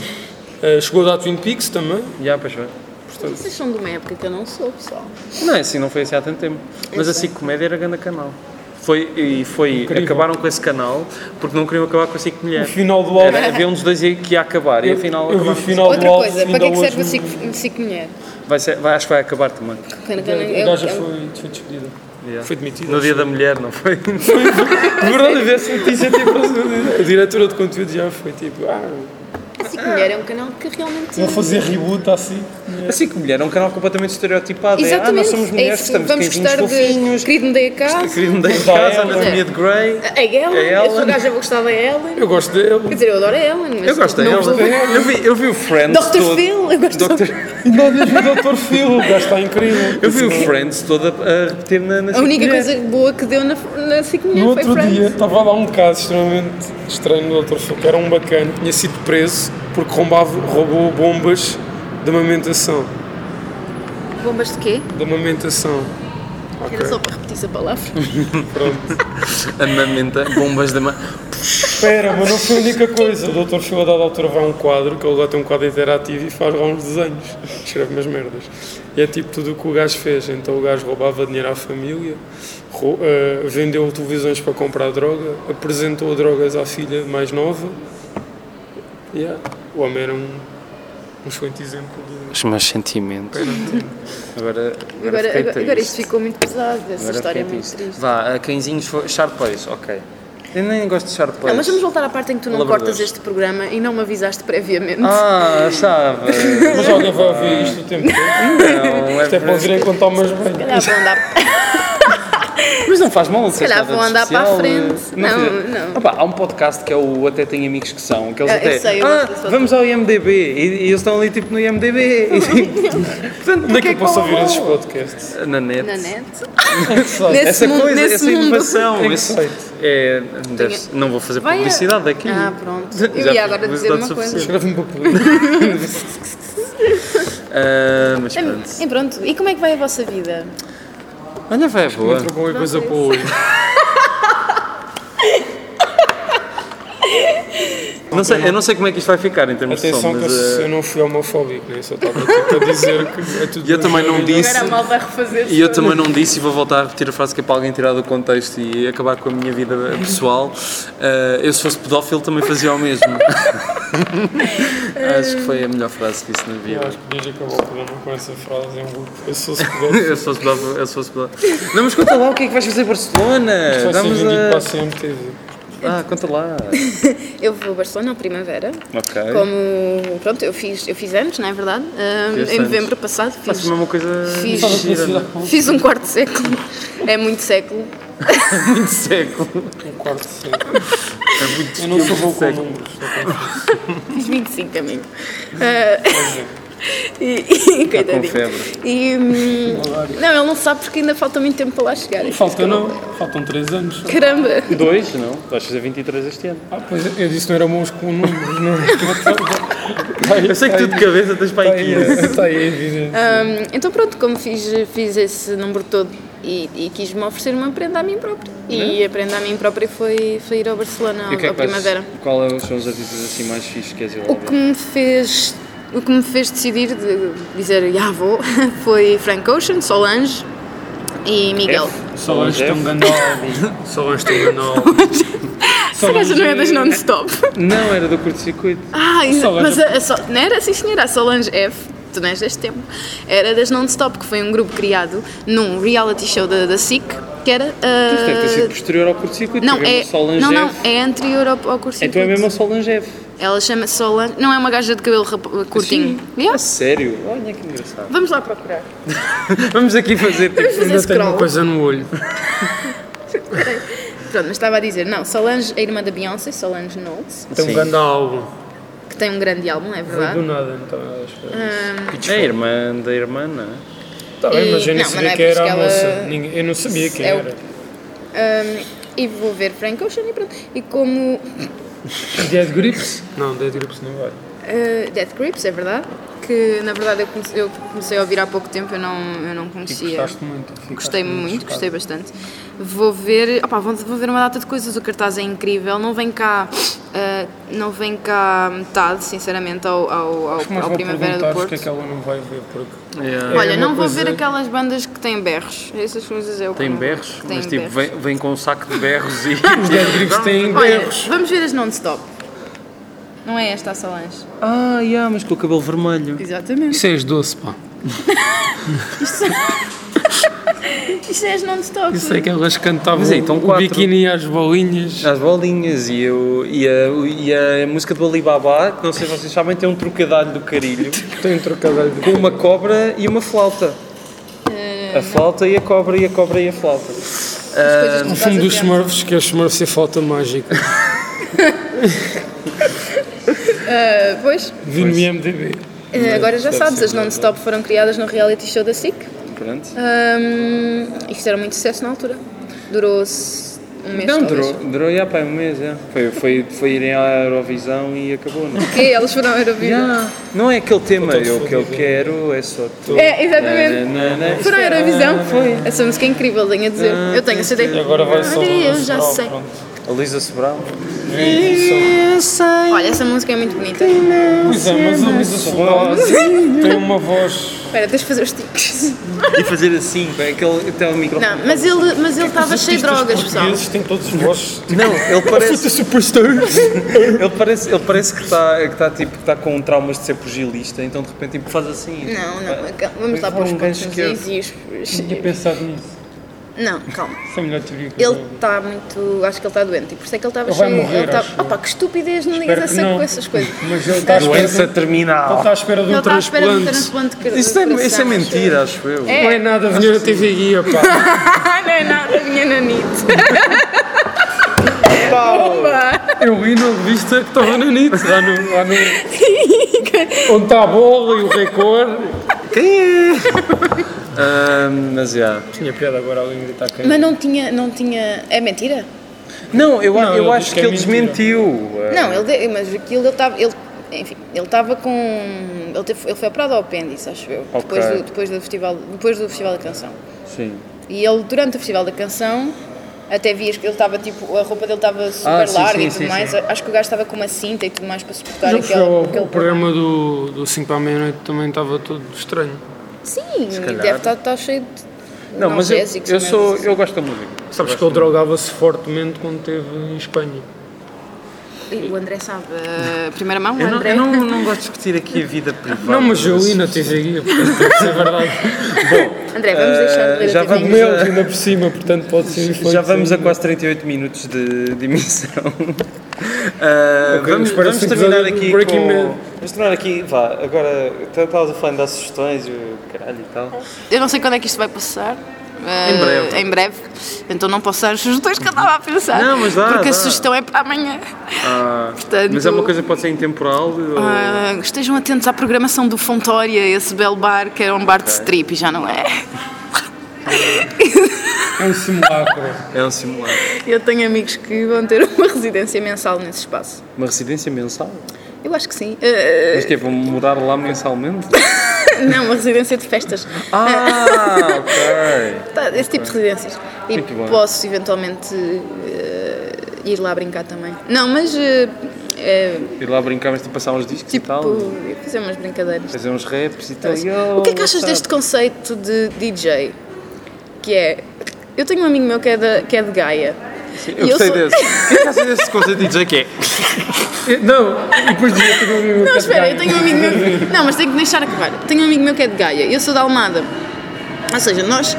eh, chegou a dar Twin Peaks também.
Já, pois foi.
Vocês são de uma época que eu não sou, pessoal.
Não, é assim, não foi assim há tanto tempo. Mas assim, comédia era grande canal. Foi, e foi,
Incrível.
acabaram com esse canal porque não queriam acabar com a SIC Mulher.
O final do álbum.
Era, havia um dos dois aí que ia acabar e afinal
Eu vi o
acabaram.
final do
Outra
álbum.
coisa, para
ainda
que é que
hoje
serve o
não-
Cic- Cic Mulher?
Vai ser, vai, acho que vai acabar também.
Quando- quando-
A
eu-
gaja
eu-
foi, foi despedida.
Yeah.
Foi demitida.
No dia da mulher, não foi?
Na verdade, havia essa notícia tipo, a diretora de conteúdo já foi tipo. Ah,
A Cic Mulher é um canal que realmente...
vão fazer reboot assim.
A SIC Mulher é um canal completamente estereotipado. É, ah, nós somos mulheres,
isso.
estamos
Vamos
quentinhos,
gostar de
fofinhos,
Querido Me Dei a Casa,
querido me dei em
Tá,
casa,
ela.
anatomia de Grey.
a Ellen,
é A Ellen.
eu sou gaja, vou gostar da Ellen.
Eu gosto
Quer
dele.
dizer, eu adoro a Ellen, mas
Eu gosto
não
dela.
gosto
Eu vi, eu vi o Friends
Dr.
todo.
Phil, eu gosto
Dr.
E não mesmo o Dr. Phil, o gajo está incrível.
Eu vi o Friends todo a- a repetir na, na
A
SIC
única
Mulher.
coisa boa que deu na, na Cic Mulher
No
foi
outro
Friends.
dia estava lá um caso extremamente estranho do Dr. Phil, que era um bacana, tinha sido preso porque roubava, roubou bombas de amamentação.
Bombas de quê?
De amamentação.
Era só para repetir essa palavra.
Pronto.
Amamenta, bombas da mão.
Espera, mas não foi a única coisa. O Dr. Phil, a dada altura, vai a um quadro, que ele lá tem um quadro interativo e faz lá uns desenhos. Escreve umas merdas. E é tipo tudo o que o gajo fez. Então o gajo roubava dinheiro à família, rou- eh, vendeu televisões para comprar droga, apresentou drogas à filha mais nova. Yeah. O homem era um, um excelente exemplo de.
Os meus sentimentos. Agora, agora,
Agora,
fiquei
agora, agora isto
triste.
ficou muito pesado, essa
Agora
história é
fiquei
muito
triste.
triste.
Vá, a cãezinhos foi. Sharpoys, ok. Eu nem gosto de Sharpoys.
Não, mas vamos voltar à parte em que tu não
Labradores.
cortas este programa e não me avisaste previamente.
Ah, estava.
Mas alguém vai ouvir isto o tempo todo.
Não, é
Isto é para ouvirem
verdade.
contar umas bem.
Calhar vão andar,
mas não faz mal, se
calhar vão andar para a
eh,
frente. Não, não.
há um podcast que é o Até Tenho Amigos que São, que eles
Eu- eu
até.
sei, eu
ah,
gosto desse
vamos ao IMDB. E, e eles estão ali tipo no IMDB. Portanto,
Onde é que eu posso ouvir esses
esses
podcasts?
Na net.
na net.
Sabe?
Nesse
Essa
mundo,
coisa,
nesse
essa
mundo.
inovação.
Tem que
esse-
ser.
é, deve- não vou fazer
Vai a-
publicidade daqui.
Ah, pronto.
Já
Eu
fiz
ia agora dizer
publicidade
uma coisa.
suficiente.
Escreve-me para poder.
Ah, mas pronto.
E pronto, e como é que vai a vossa vida?
Olha, vai, boa.
Entrou qualquer coisa para o olho.
Não sei, eu não sei como é que isto vai ficar em termos
Atenção
de som,
que eu,
mas. ah,
eh,
eu não fui homofóbico, né? só estava tipo, a dizer que é tudo.
E eu também não
maravilhoso.
disse.
mal vai refazer
E eu também não disse, e vou voltar a repetir a frase que é para alguém tirar do contexto e acabar com a minha vida pessoal. Ah, eu, se fosse pedófilo, também fazia o mesmo. Acho que foi a melhor frase que disse na
Eu
vida.
acho que desde que acabou o programa com essa frase em grupo. é um Eu sou pedófilo.
Eu se fosse pedófilo, eu se fosse pedófilo. Não, mas conta lá o que é que vais fazer em Barcelona.
Vai ser
Vamos
vendido
eh,
para a
a...
CMTV.
Ah, conta lá.
Eu vou a Barcelona à primavera.
Ok.
Como, pronto, eu fiz, eu fiz anos, não é verdade? Ah,
Fizeste
em
anos.
novembro passado
Faz
fiz,
a mesma coisa.
Fiz.
gira, não é?
fiz um quarto de século. É muito século.
Muito século.
Um quarto de século. Eu não sou bom com
século.
números.
Fiz 25 amigo. Ah, E, e coitadinho.
Tá febre.
E, hum, não, ele não sabe porque ainda falta muito tempo para lá chegar.
Falta não, faltam 3 anos.
Caramba!
Dois, não? Vais fazer 23 este ano.
Ah, pois eu disse que não era bons com números, não. é?
Eu sei que tu de cabeça tens para
Está
aqui.
aí, está tá aí é a evidência.
Hum, então pronto, como fiz, fiz esse número todo e, e quis-me oferecer uma prenda a mim própria. E a prenda a mim própria foi, foi ir ao Barcelona
Uhum. E o
ao,
que é
à
que vais-
primavera.
Qual é- são os artistas assim mais fixos que és eu?
O que me fez o que me fez decidir de dizer já vou foi Frank Ocean, Solange e Miguel.
Solange tem um grande álbum. Solange tem um grande álbum.
Essa gaja não é das non-stop.
Não, era do curto-circuito.
Ah, isso-
Solange.
mas a, a Sol- não era assim, senhora, a Solange F, tu não és deste tempo, era das Non-Stop, que foi um grupo criado num reality show da, da SIC, que era. ah,
Deve ter sido posterior ao curto-circuito.
não,
porque
é,
mesmo Solange
não, não,
F-
é anterior ao, ao curso.
Então é mesmo a Solange F.
Ela chama Solange, não é uma gaja de cabelo rap- curtinho. Yeah.
A sério? Olha que engraçado.
Vamos lá procurar.
Vamos aqui fazer tipo...
Fazer
Ainda tenho uma
scroll.
coisa no olho.
Pronto, mas estava a dizer, não, Solange, a irmã da Beyoncé, Solange Knowles,
Tem um
Sim.
grande álbum.
que tem um grande álbum, é
Do
verdade.
nada, então. eu acho que-
É
Ah,
a irmã da irmã, não é?
Tá bem,
E-
mas eu
não,
nem
mas
sabia
não é
que era a
porque ela-
moça. Ninguém- Eu não sabia quem
É o-
era.
Ahm, e vou ver Frank Ocean e pronto. E como
Dead Grips? Não, Dead Grips não vai.
Uh, Death Grips, é verdade. Que na verdade eu comecei, eu comecei a ouvir há pouco tempo, eu não, eu não
E
conhecia.
gostaste muito. ficaste
Gostei muito,
chocado.
gostei bastante. Vou ver, opá, vou, vou ver uma data de coisas, o cartaz é incrível, não vem cá, uh, não vem cá metade, sinceramente, ao, ao, ao,
Acho que mais
ao
vale
Primavera do
perguntar
Porto.
porque é que ela não vai ver, porque...
Olha,
É
não
uma
vou
coisa-
ver aquelas bandas que têm berros. Essas coisas é o que
Tem
não vou-
berros,
que têm
mas tipo,
berros.
vem, vem com um saco de berros e...
Os Dead Grips têm
Olha,
berros.
vamos ver as non-stop. Não é esta a Solange?
ah, yeah, mas com o cabelo vermelho.
Exatamente.
Isso é as doce, pá.
Isto é as non-stop.
Isso é que elas cantavam
Mas aí, estão
o
então quatro. né?
biquíni às bolinhas.
As bolinhas e, o, e, a, e a música do Alibaba, que não sei se vocês sabem, tem um trocadilho do carilho
Tem um trocadilho
com uma cobra e uma flauta. A flauta e a cobra e a cobra e a flauta.
coisas que
No fundo
não estás
dos
a ver.
Smurfs, que é Smurfs e falta mágica.
Ah, Pois.
Vi no IMDB.
Eh, Agora já sabes, as non-stop foram criadas no reality show da SIC.
Pronto.
Ahm, isto era muito sucesso na altura. Durou-se um mês.
Não,
talvez.
durou, durou já pá, um mês, é. Foi, foi, foi irem à Eurovisão e acabou, não é?
E eles foram a Eurovisão.
Yeah. Não é aquele tema,
Eu tô
eu que eu
fodido.
quero é só tu.
É, exatamente.
Na, na, na.
Foram a Eurovisão? Foi. Essa música é incrível, tenho a dizer. Eu tenho a CD.
E Ah, agora vai só...
Eu já sei.
A Luísa Sobral. É
Olha, essa música é muito bonita.
Pois é, mas a Luísa Sobral tem uma voz...
Espera, tens de fazer os tiques.
E fazer assim, com aquele, até o microfone.
Não, mas ele mas
É
ele estava cheio de drogas,
Os
pessoal.
portugueses têm todos os vozes...
Não, ele parece,
superstars!
ele parece, ele parece que está que está, tipo, que está com traumas de ser pugilista, então de repente tipo, faz assim.
Não, não, calma, vamos lá
Mas
para os
um gajo
pontos
que-
is e os...
Tinha pensado nisso.
Não, calma.
Essa é a melhor teoria que eu
Ele está muito. Acho que ele está doente e por isso é que ele estava
Ele vai
cheio.
morrer,
ele tá-
acho eu.
Opa, que estupidez, não digas
Espero que
essa,
não.
com essas coisas.
Mas ele está à espera,
Tipo, Doença
ele
terminal.
está à espera de
Ele
um
está à espera de um
transplante.
transplante de coração.
Isso é, isso é mentira, acho eu.
É.
Não é nada, venha na TV Guia, pá.
Ah, não é nada, minha nanite.
Eu li na revista que estava na NIT, lá no, lá no... Onde está a bola e o recorde.
Quem é? Ah, mas já.
Tinha piada agora tá alguém gritar quem
Mas não tinha, não tinha. É mentira?
Não, eu,
Não,
eu
ele
acho
diz
que
que
ele
é mentira.
desmentiu. ah,
Não, ele, de- mas aquilo ele estava. Ele, enfim, ele estava com. Ele, teve- ele foi operado ao apêndice, acho eu.
Ok.
Depois, do, depois, do festival, depois do Festival da Canção.
Sim.
E ele, durante o Festival da Canção, até vias que ele estava tipo. A roupa dele estava super
Ah, sim,
larga
sim,
e tudo
sim,
mais.
sim.
Acho que o gajo estava com uma cinta e tudo mais para suportar
Já foi
aquele.
ao,
aquele
ao programa do, do 5 para a meia-noite também estava todo estranho.
Sim,
calhar.
deve estar, estar cheio de.
Não, mas eu,
analgésicos,
eu
mas-
sou, eu gosto da música.
Sabes que ele drogava-se fortemente quando esteve em Espanha.
Ih, O André sabe. eh, primeira mão, o
Eu não,
André.
eu não, não gosto de discutir aqui a vida privada.
Não, mas eu li na TV Guia, portanto, deve ser verdade.
André, vamos deixar de
Eh,
ver
já
a TV.
vamos-
Meu, ainda por cima, portanto pode ser influente.
Já vamos a quase 38 minutos de, de emissão. Ah,
Ok,
vamos,
mas parece
vamos
um
terminar
episódio do
aqui
Breaking
com...
Man.
Vamos terminar aqui, vá, agora t- estavas a falar das sugestões e o caralho e tal.
Eu não sei quando é que isto vai passar. eh,
Em breve.
em breve. Então não posso dar as sugestões que eu estava a pensar.
Não, mas dá,
Porque
dá.
a sugestão é para amanhã.
Ah,
Portanto-
mas é uma coisa que pode ser intemporal? ou-
Ah, estejam atentos à programação do Fontória, esse belo bar que era um bar de strip e já não é.
É um simulacro.
É um simulado.
Eu tenho amigos que vão ter uma residência mensal nesse espaço.
Uma residência mensal?
Eu acho que sim. Eh,
Mas que é, vão mudar lá mensalmente?
não, uma residência de festas.
Ah, ok.
Tá, Esse tipo de residências. E
Muito bem.
posso eventualmente eh, ir lá brincar também. Não, mas eh, eh,
Ir lá brincar, mas tipo, passar uns discos e
tipo,
tal.
fazer umas brincadeiras.
Fazer uns raps e tal.
o que é que achas deste conceito de DJ? Que é. Eu tenho um amigo meu que é de, que é de Gaia.
Eu,
eu
gostei
sou-
desse. O que é que achas desse conceito de DJ que é?
Não, e depois dizia que não
Não, espera, eu tenho um amigo meu. Não, mas tenho que deixar acabar. Tenho um amigo meu que é de Gaia e eu sou da Almada. Ou seja, nós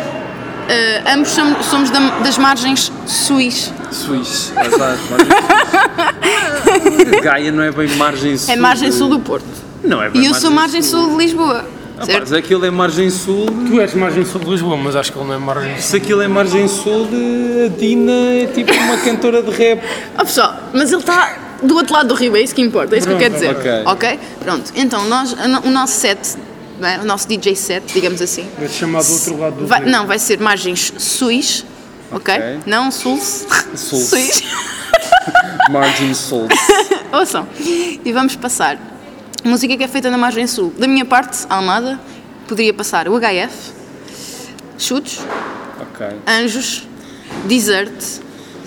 eh, ambos somos, somos da- das margens suís.
Suíço. Azar, margem suíça. Gaia não é bem margem sul.
É margem
de-
sul do Porto.
Não é bem
E eu sou margem sul de Lisboa.
Ah, pá,
Certo?
se aquilo é margem sul,
Tu és margem sul de Lisboa, mas acho que ele não é margem sul.
se aquilo é margem sul, a Dina é tipo uma cantora de rap.
Ó Ah, pessoal, mas ele está do outro lado do rio, é isso que importa, é isso que eu quero dizer.
ok.
ok? Pronto, então nós, a no- o nosso set, não é? o nosso DJ set, digamos assim,
Vai ser chamado do outro lado do
vai-
rio.
não, vai ser margens suis, ok?
Ok.
Não sul,
Sul.
suis,
Margem sul.
ouçam. E vamos passar música que é feita na margem sul. Da minha parte, Almada, poderia passar o HF, Chutes,
Ok.
Anjos, Desert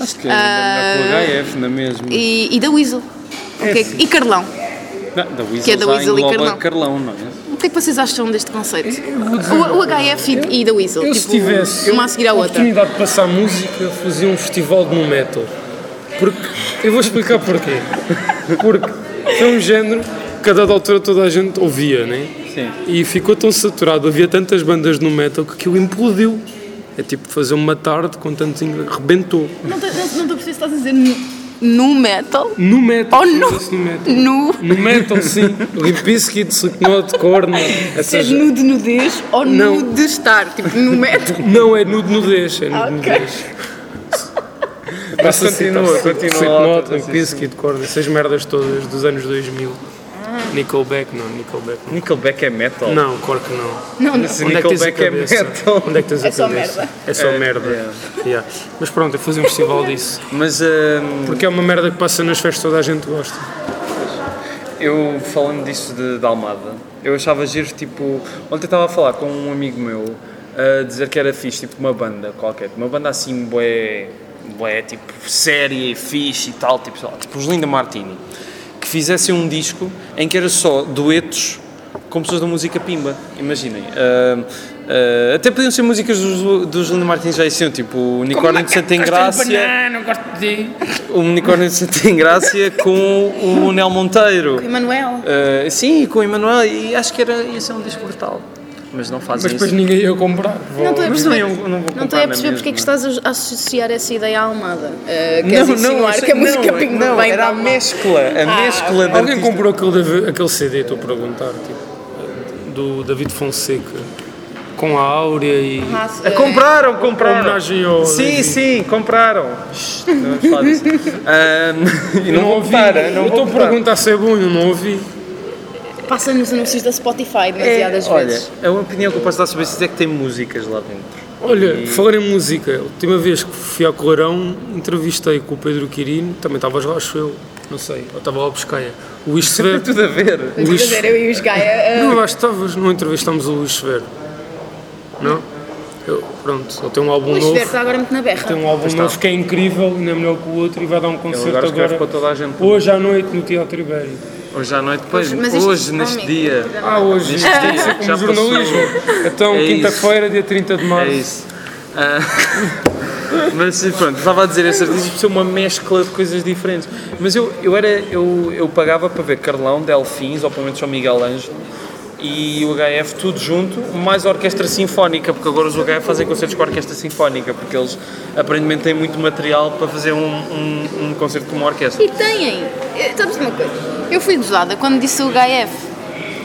Acho que ainda é melhor com o HF, na mesma.
Ah, e, e da Weasel. O que é que-
assim.
e Carlão.
Não, da Weasel
que é da
já
Weasel e
engloba
Carlão.
não é?
O que é que vocês acham deste conceito? O, o HF e, e da Weasel.
Eu se
tipo,
tivesse
uma a seguir à outra.
oportunidade de passar música, eu fazia um festival de nu metal. Porque, eu vou explicar porquê. Porque é um género que a dada altura toda a gente ouvia, né?
Sim.
E ficou tão saturado, havia tantas bandas no metal que aquilo implodiu. É tipo fazer uma tarde com tantos ingleses, rebentou.
Não estou não tô a perceber se estás a dizer nu, nu metal
No metal,
ou nu.
chama-se nu metal.
Nu.
No metal, sim. Limp Bizkit, Slipknot, Korn,
Se és
essas...
nu de nudez ou
Não.
nu de estar. Tipo, nu metal.
Não, é nude nudez, é nude
Ok.
nudez. Mas
continua, continua,
Slipknot,
Otto,
Limp Bizkit, Korn, essas merdas todas dos anos 2000.
Ah.
Nickelback, não, Nickelback não.
Nickelback é metal?
Não, claro que não.
Não, não.
Esse
Onde é que tens a
Nickelback é
cabeça?
metal. é.
Onde é que tens a
É só
cabeça?
merda.
É só merda.
yeah.
Yeah. Mas pronto, eu fazia um festival disso.
Mas hum,
Porque é uma merda que passa nas festas toda a gente gosta.
eu, falando disso de, da Almada, eu achava giro, tipo... Ontem estava a falar com um amigo meu a dizer que era fixe, tipo, uma banda qualquer. Uma banda assim, bué, bué tipo, séria e fixe e tal, tipo, sei lá, tipo os Linda Martini. Que fizessem um disco em que era só duetos com pessoas da música pimba, imaginem. Hum, hum, até podiam ser músicas dos, dos Linda Martins já existiam, tipo o Unicórnio de Santa Engrácia.
não gosto de...
O unicórnio de Santa Engrácia com o Nel Monteiro.
Emanuel.
Eh, sim, com o Emanuel, e acho que era, ia ser um disco brutal. Mas não fazem
Mas depois
isso.
ninguém ia comprar.
Não estou a
Mas não,
perceber.
eu não vou
Não
comprar
estou a
na
perceber porque é que
mesma.
estás a associar essa ideia à Almada. Uh, queres insinuar
achei-
que a música Ah,
não,
Pimba
não,
vem
era
da
a
Almada?
mescla, a mescla de
Alguém
artistas.
comprou aquele, Davi- aquele CD, estou a perguntar, tipo, do David Fonseca, com a Áurea e...
Ah,
Compraram,
Para
compraram.
homenagem ao
Sim,
David.
sim, compraram. Shhh, não vamos falar disso. Ahm, e
Eu
não,
não
vou
ouvi,
votar, eh,
eu
não
estou
vou
a
votar.
perguntar se é bom, eu não ouvi.
Passa nos anúncios da Spotify demasiadas
É, olha,
vezes.
a opinião que eu posso dar sobre isso é que tem músicas lá dentro.
Olha, falar em música, a última vez que fui ao Colarão, entrevistei com o Pedro Quirino, também estavas lá, acho eu, não sei, ou estava lá a Pescaia, o Luís
Tem
Severo.
tudo a é ver.
o Luís-
Mas era eu e os Gaia. eh,
Não, acho que estavas, não entrevistamos o Luís Severo, não? Eu, pronto, ele tem um álbum
Luís
novo.
Verde está agora muito na berra.
Tem um álbum novo que é incrível, ainda melhor que o outro, e vai dar um concerto
tá. agora
agora,
escreve para toda a gente.
hoje à noite no Teatro Ibérico.
Hoje à noite, depois,
Mas isto-
hoje, neste
oh,
dia.
Ah, hoje,
Isto tem que ser
como
já passou.
jornalismo. Então,
É isso.
quinta-feira, dia 30 de
É
março.
isso. Ah, mas sim, pronto, estava a dizer, essas artistas são uma mescla de coisas diferentes. Mas eu, eu, era, eu, eu pagava para ver Carlão, Delfins, ou pelo menos São Miguel Ângelo e o HF tudo junto, mais a orquestra sinfónica, porque agora os HF fazem concertos com a orquestra sinfónica, porque eles aparentemente têm muito material para fazer um, um, um concerto com uma orquestra.
E têm. Eh, Sabes uma coisa? Eu fui gozada quando disse o HF.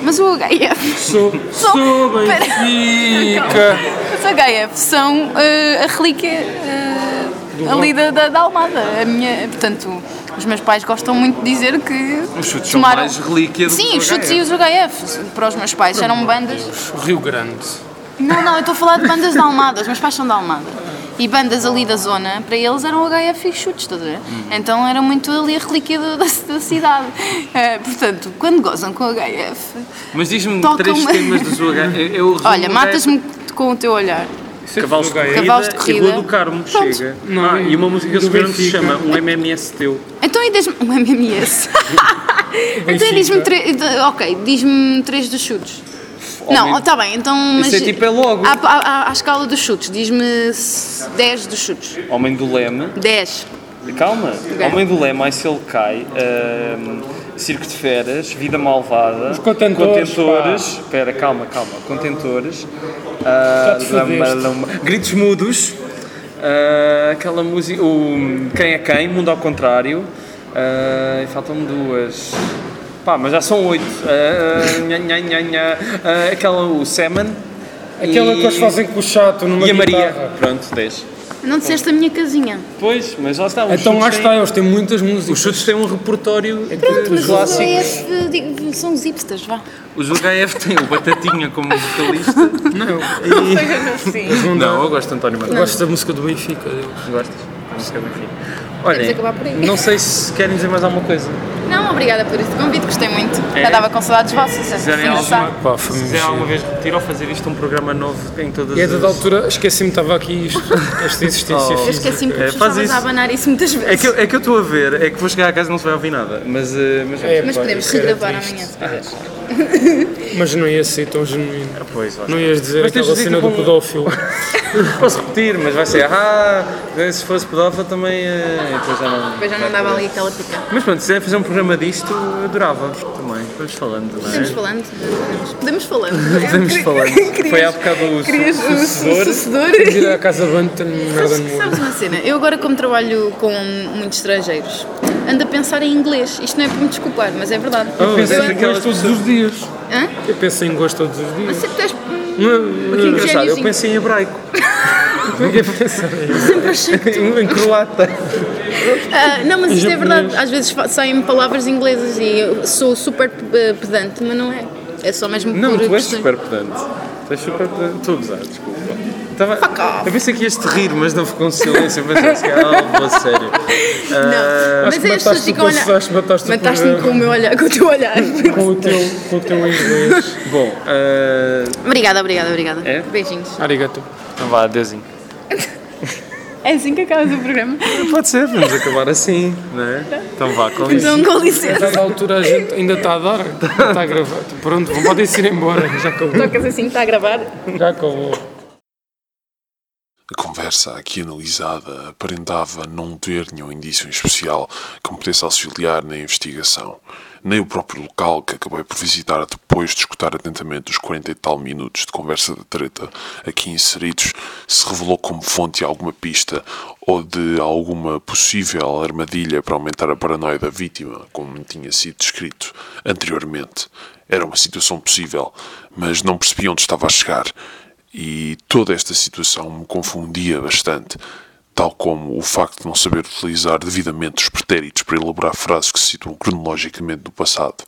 Mas o HF.
Sou, sou
Espera.
Benfica.
sou gaia, são eh, a relíquia eh, ali da, da, da Almada. A minha, portanto, os meus pais gostam muito de dizer que
Os chutes são mais relíquia do que
Sim, os
jogar.
chutes e os UHFs. Para os meus pais eram bandas.
O Rio Grande.
Não, não, eu estou a falar de bandas da Almada. Os meus pais são da Almada. E bandas ali da zona, para eles eram HF e chutes, estás a ver?
Uhum.
Então era muito ali a relíquia da, da, da cidade. Eh, portanto, quando gozam com HF,
Mas diz-me
Toca
Hum, três
uma-
temas do Zulu Gaia. Eu- eu resumo
olha,
o
matas-me
é?
com o teu olhar.
Gaia. Cavalos de corrida,
Cavalos de
e
corrida.
Rua do Carmo,
Pronto.
chega.
Não,
ah, e uma música
do
sobre que se
Benfica.
chama Um MMS Teu.
Então e diz-me. Um MMS. então e diz-me três. Ok, diz-me três dos chutes. Não, está bem, então. Mas
é tipo, é logo.
À, à- à- à escala dos chutes, diz-me s- dez dos chutes.
Homem do Leme.
dez
Calma.
Ok.
Homem do Leme, Ai Se Ele Cai. ahm, Circo de Feras, Vida Malvada, Os
Contentores,
Contentores, espera, calma, calma, Contentores, ah,
Já te fodeste.
lama, lama, Gritos Mudos, ah, aquela música, o Quem é Quem, Mundo ao Contrário, ah, e faltam-me duas, pá, mas já são oito, Ah, ah, nha, nha, nha, nha. Ah, aquela, o Seman,
Aquela que eles fazem com o chato numa
e a Maria,
guitarra.
pronto, 10.
Não disseste a minha casinha.
Pois, mas lá está, os
Então lá
chutes
está,
têm-
eles têm muitas músicas.
os chutes têm um repertório
Pronto, mas
clássico.
é esse, digo, são os hipsters, vá.
Os UHF têm o Batatinha como vocalista.
Não, dá.
eu gosto de António
Eu
Manuel.
gosto da música do Benfica. eu-
Gostas? Música do Benfica. Olhem,
acabar por aí.
não sei se querem dizer mais alguma coisa.
Não, obrigada por este convite, gostei muito.
É.
Já dava com saudades vossas, é, já
fizerem
engraçado.
Pá,
Se
foi muito
quiser
giro.
alguma vez repetir ou fazer isto um programa novo em todas
E a
é
as...
dada altura, esqueci-me, estava aqui isto, esta existência
Oh.
Eu
física.
esqueci-me que
É,
tu
faz
estavas
isso.
a abanar isso muitas
É que,
vezes.
eu- é que eu estou a ver, é que vou chegar a casa e não se vai ouvir nada. Mas, eh, mas
É,
Mas
pá,
podemos
isso era
regravar
triste.
amanhã.
Mas não ia ser tão genuíno.
Ah, pois, lá
Não
está.
ias dizer
Mas tens
aquela
de dizer
cena do
tipo um-
pedófilo.
Posso repetir, mas vai ser... Ah, se fosse pedófilo também... eh, depois já não...
Depois já não dava ali aquela pica.
Mas pronto, se quiser fazer um programa disto, eu adorava. Também, vamos falando, não é?
Podemos falando? Podemos falando.
Podemos falando. Foi há bocado o
é Querias o
sucessor.
sucedor?
Ir à casa de banho, tenho merda no olho.
Sabes uma cena? Eu agora, como trabalho com muitos estrangeiros, ando a pensar em inglês. Isto não é para me desculpar, mas é verdade.
Oh,
Eu penso
és
em
daquelas
inglês todos os dias.
Hã?
Eu penso em inglês todos os
Mas
dias.
sempre tens...
Não,
Que
Engraçado, eu
ingêniozinho.
pensei em hebraico,
ninguém pensa nisso.
Sempre achei que tu...
em croata.
Ah, não, mas isto é
japonês.
verdade. Às vezes fa- saem palavras inglesas e eu sou super eh, pedante, mas não é. É só mesmo
Não,
por
tu és
questões-
super pedante. Tu és super pedante. Estou a gozar, desculpa. Tava- eu pensei que ias-te rir, mas não ficou um silêncio. Eu pensei assim, ah, vou a sério. Ah,
Não, mas
que
é as pessoas
mataste o
ficam a olhar.
conceito, mataste o
é?
Mataste-me com o meu olhar, com o teu olhar.
Com o teu, com o teu inglês.
Bom, ah,
obrigada, obrigada, obrigada.
É?
Beijinhos.
Arigato.
então vá, adeusinho.
É assim que acabas o programa.
Pode ser, vamos acabar assim, não é? Então vá, com isso.
Então, com licença.
A dada altura a gente ainda está a dar, ainda está a gravar. Pronto, podem-se ir embora, já acabou.
Tocas assim que está a gravar.
Já acabou.
A conversa aqui analisada aparentava não ter nenhum indício em especial que me pudesse auxiliar na investigação, nem o próprio local que acabei por visitar depois de escutar atentamente os 40 e tal minutos de conversa de treta aqui inseridos se revelou como fonte de alguma pista ou de alguma possível armadilha para aumentar a paranoia da vítima, como tinha sido descrito anteriormente. Era uma situação possível, mas não percebi onde estava a chegar e toda esta situação me confundia bastante, tal como o facto de não saber utilizar devidamente os pretéritos para elaborar frases que se situam cronologicamente no passado.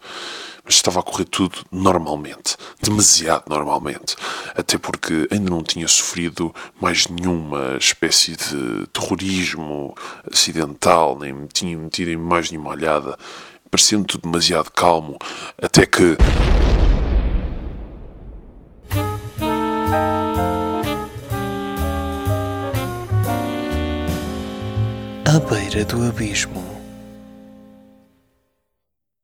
Mas estava a correr tudo normalmente, demasiado normalmente, até porque ainda não tinha sofrido mais nenhuma espécie de terrorismo acidental, nem me tinha metido em mais nenhuma olhada, parecendo tudo demasiado calmo, até que.
À beira do abismo.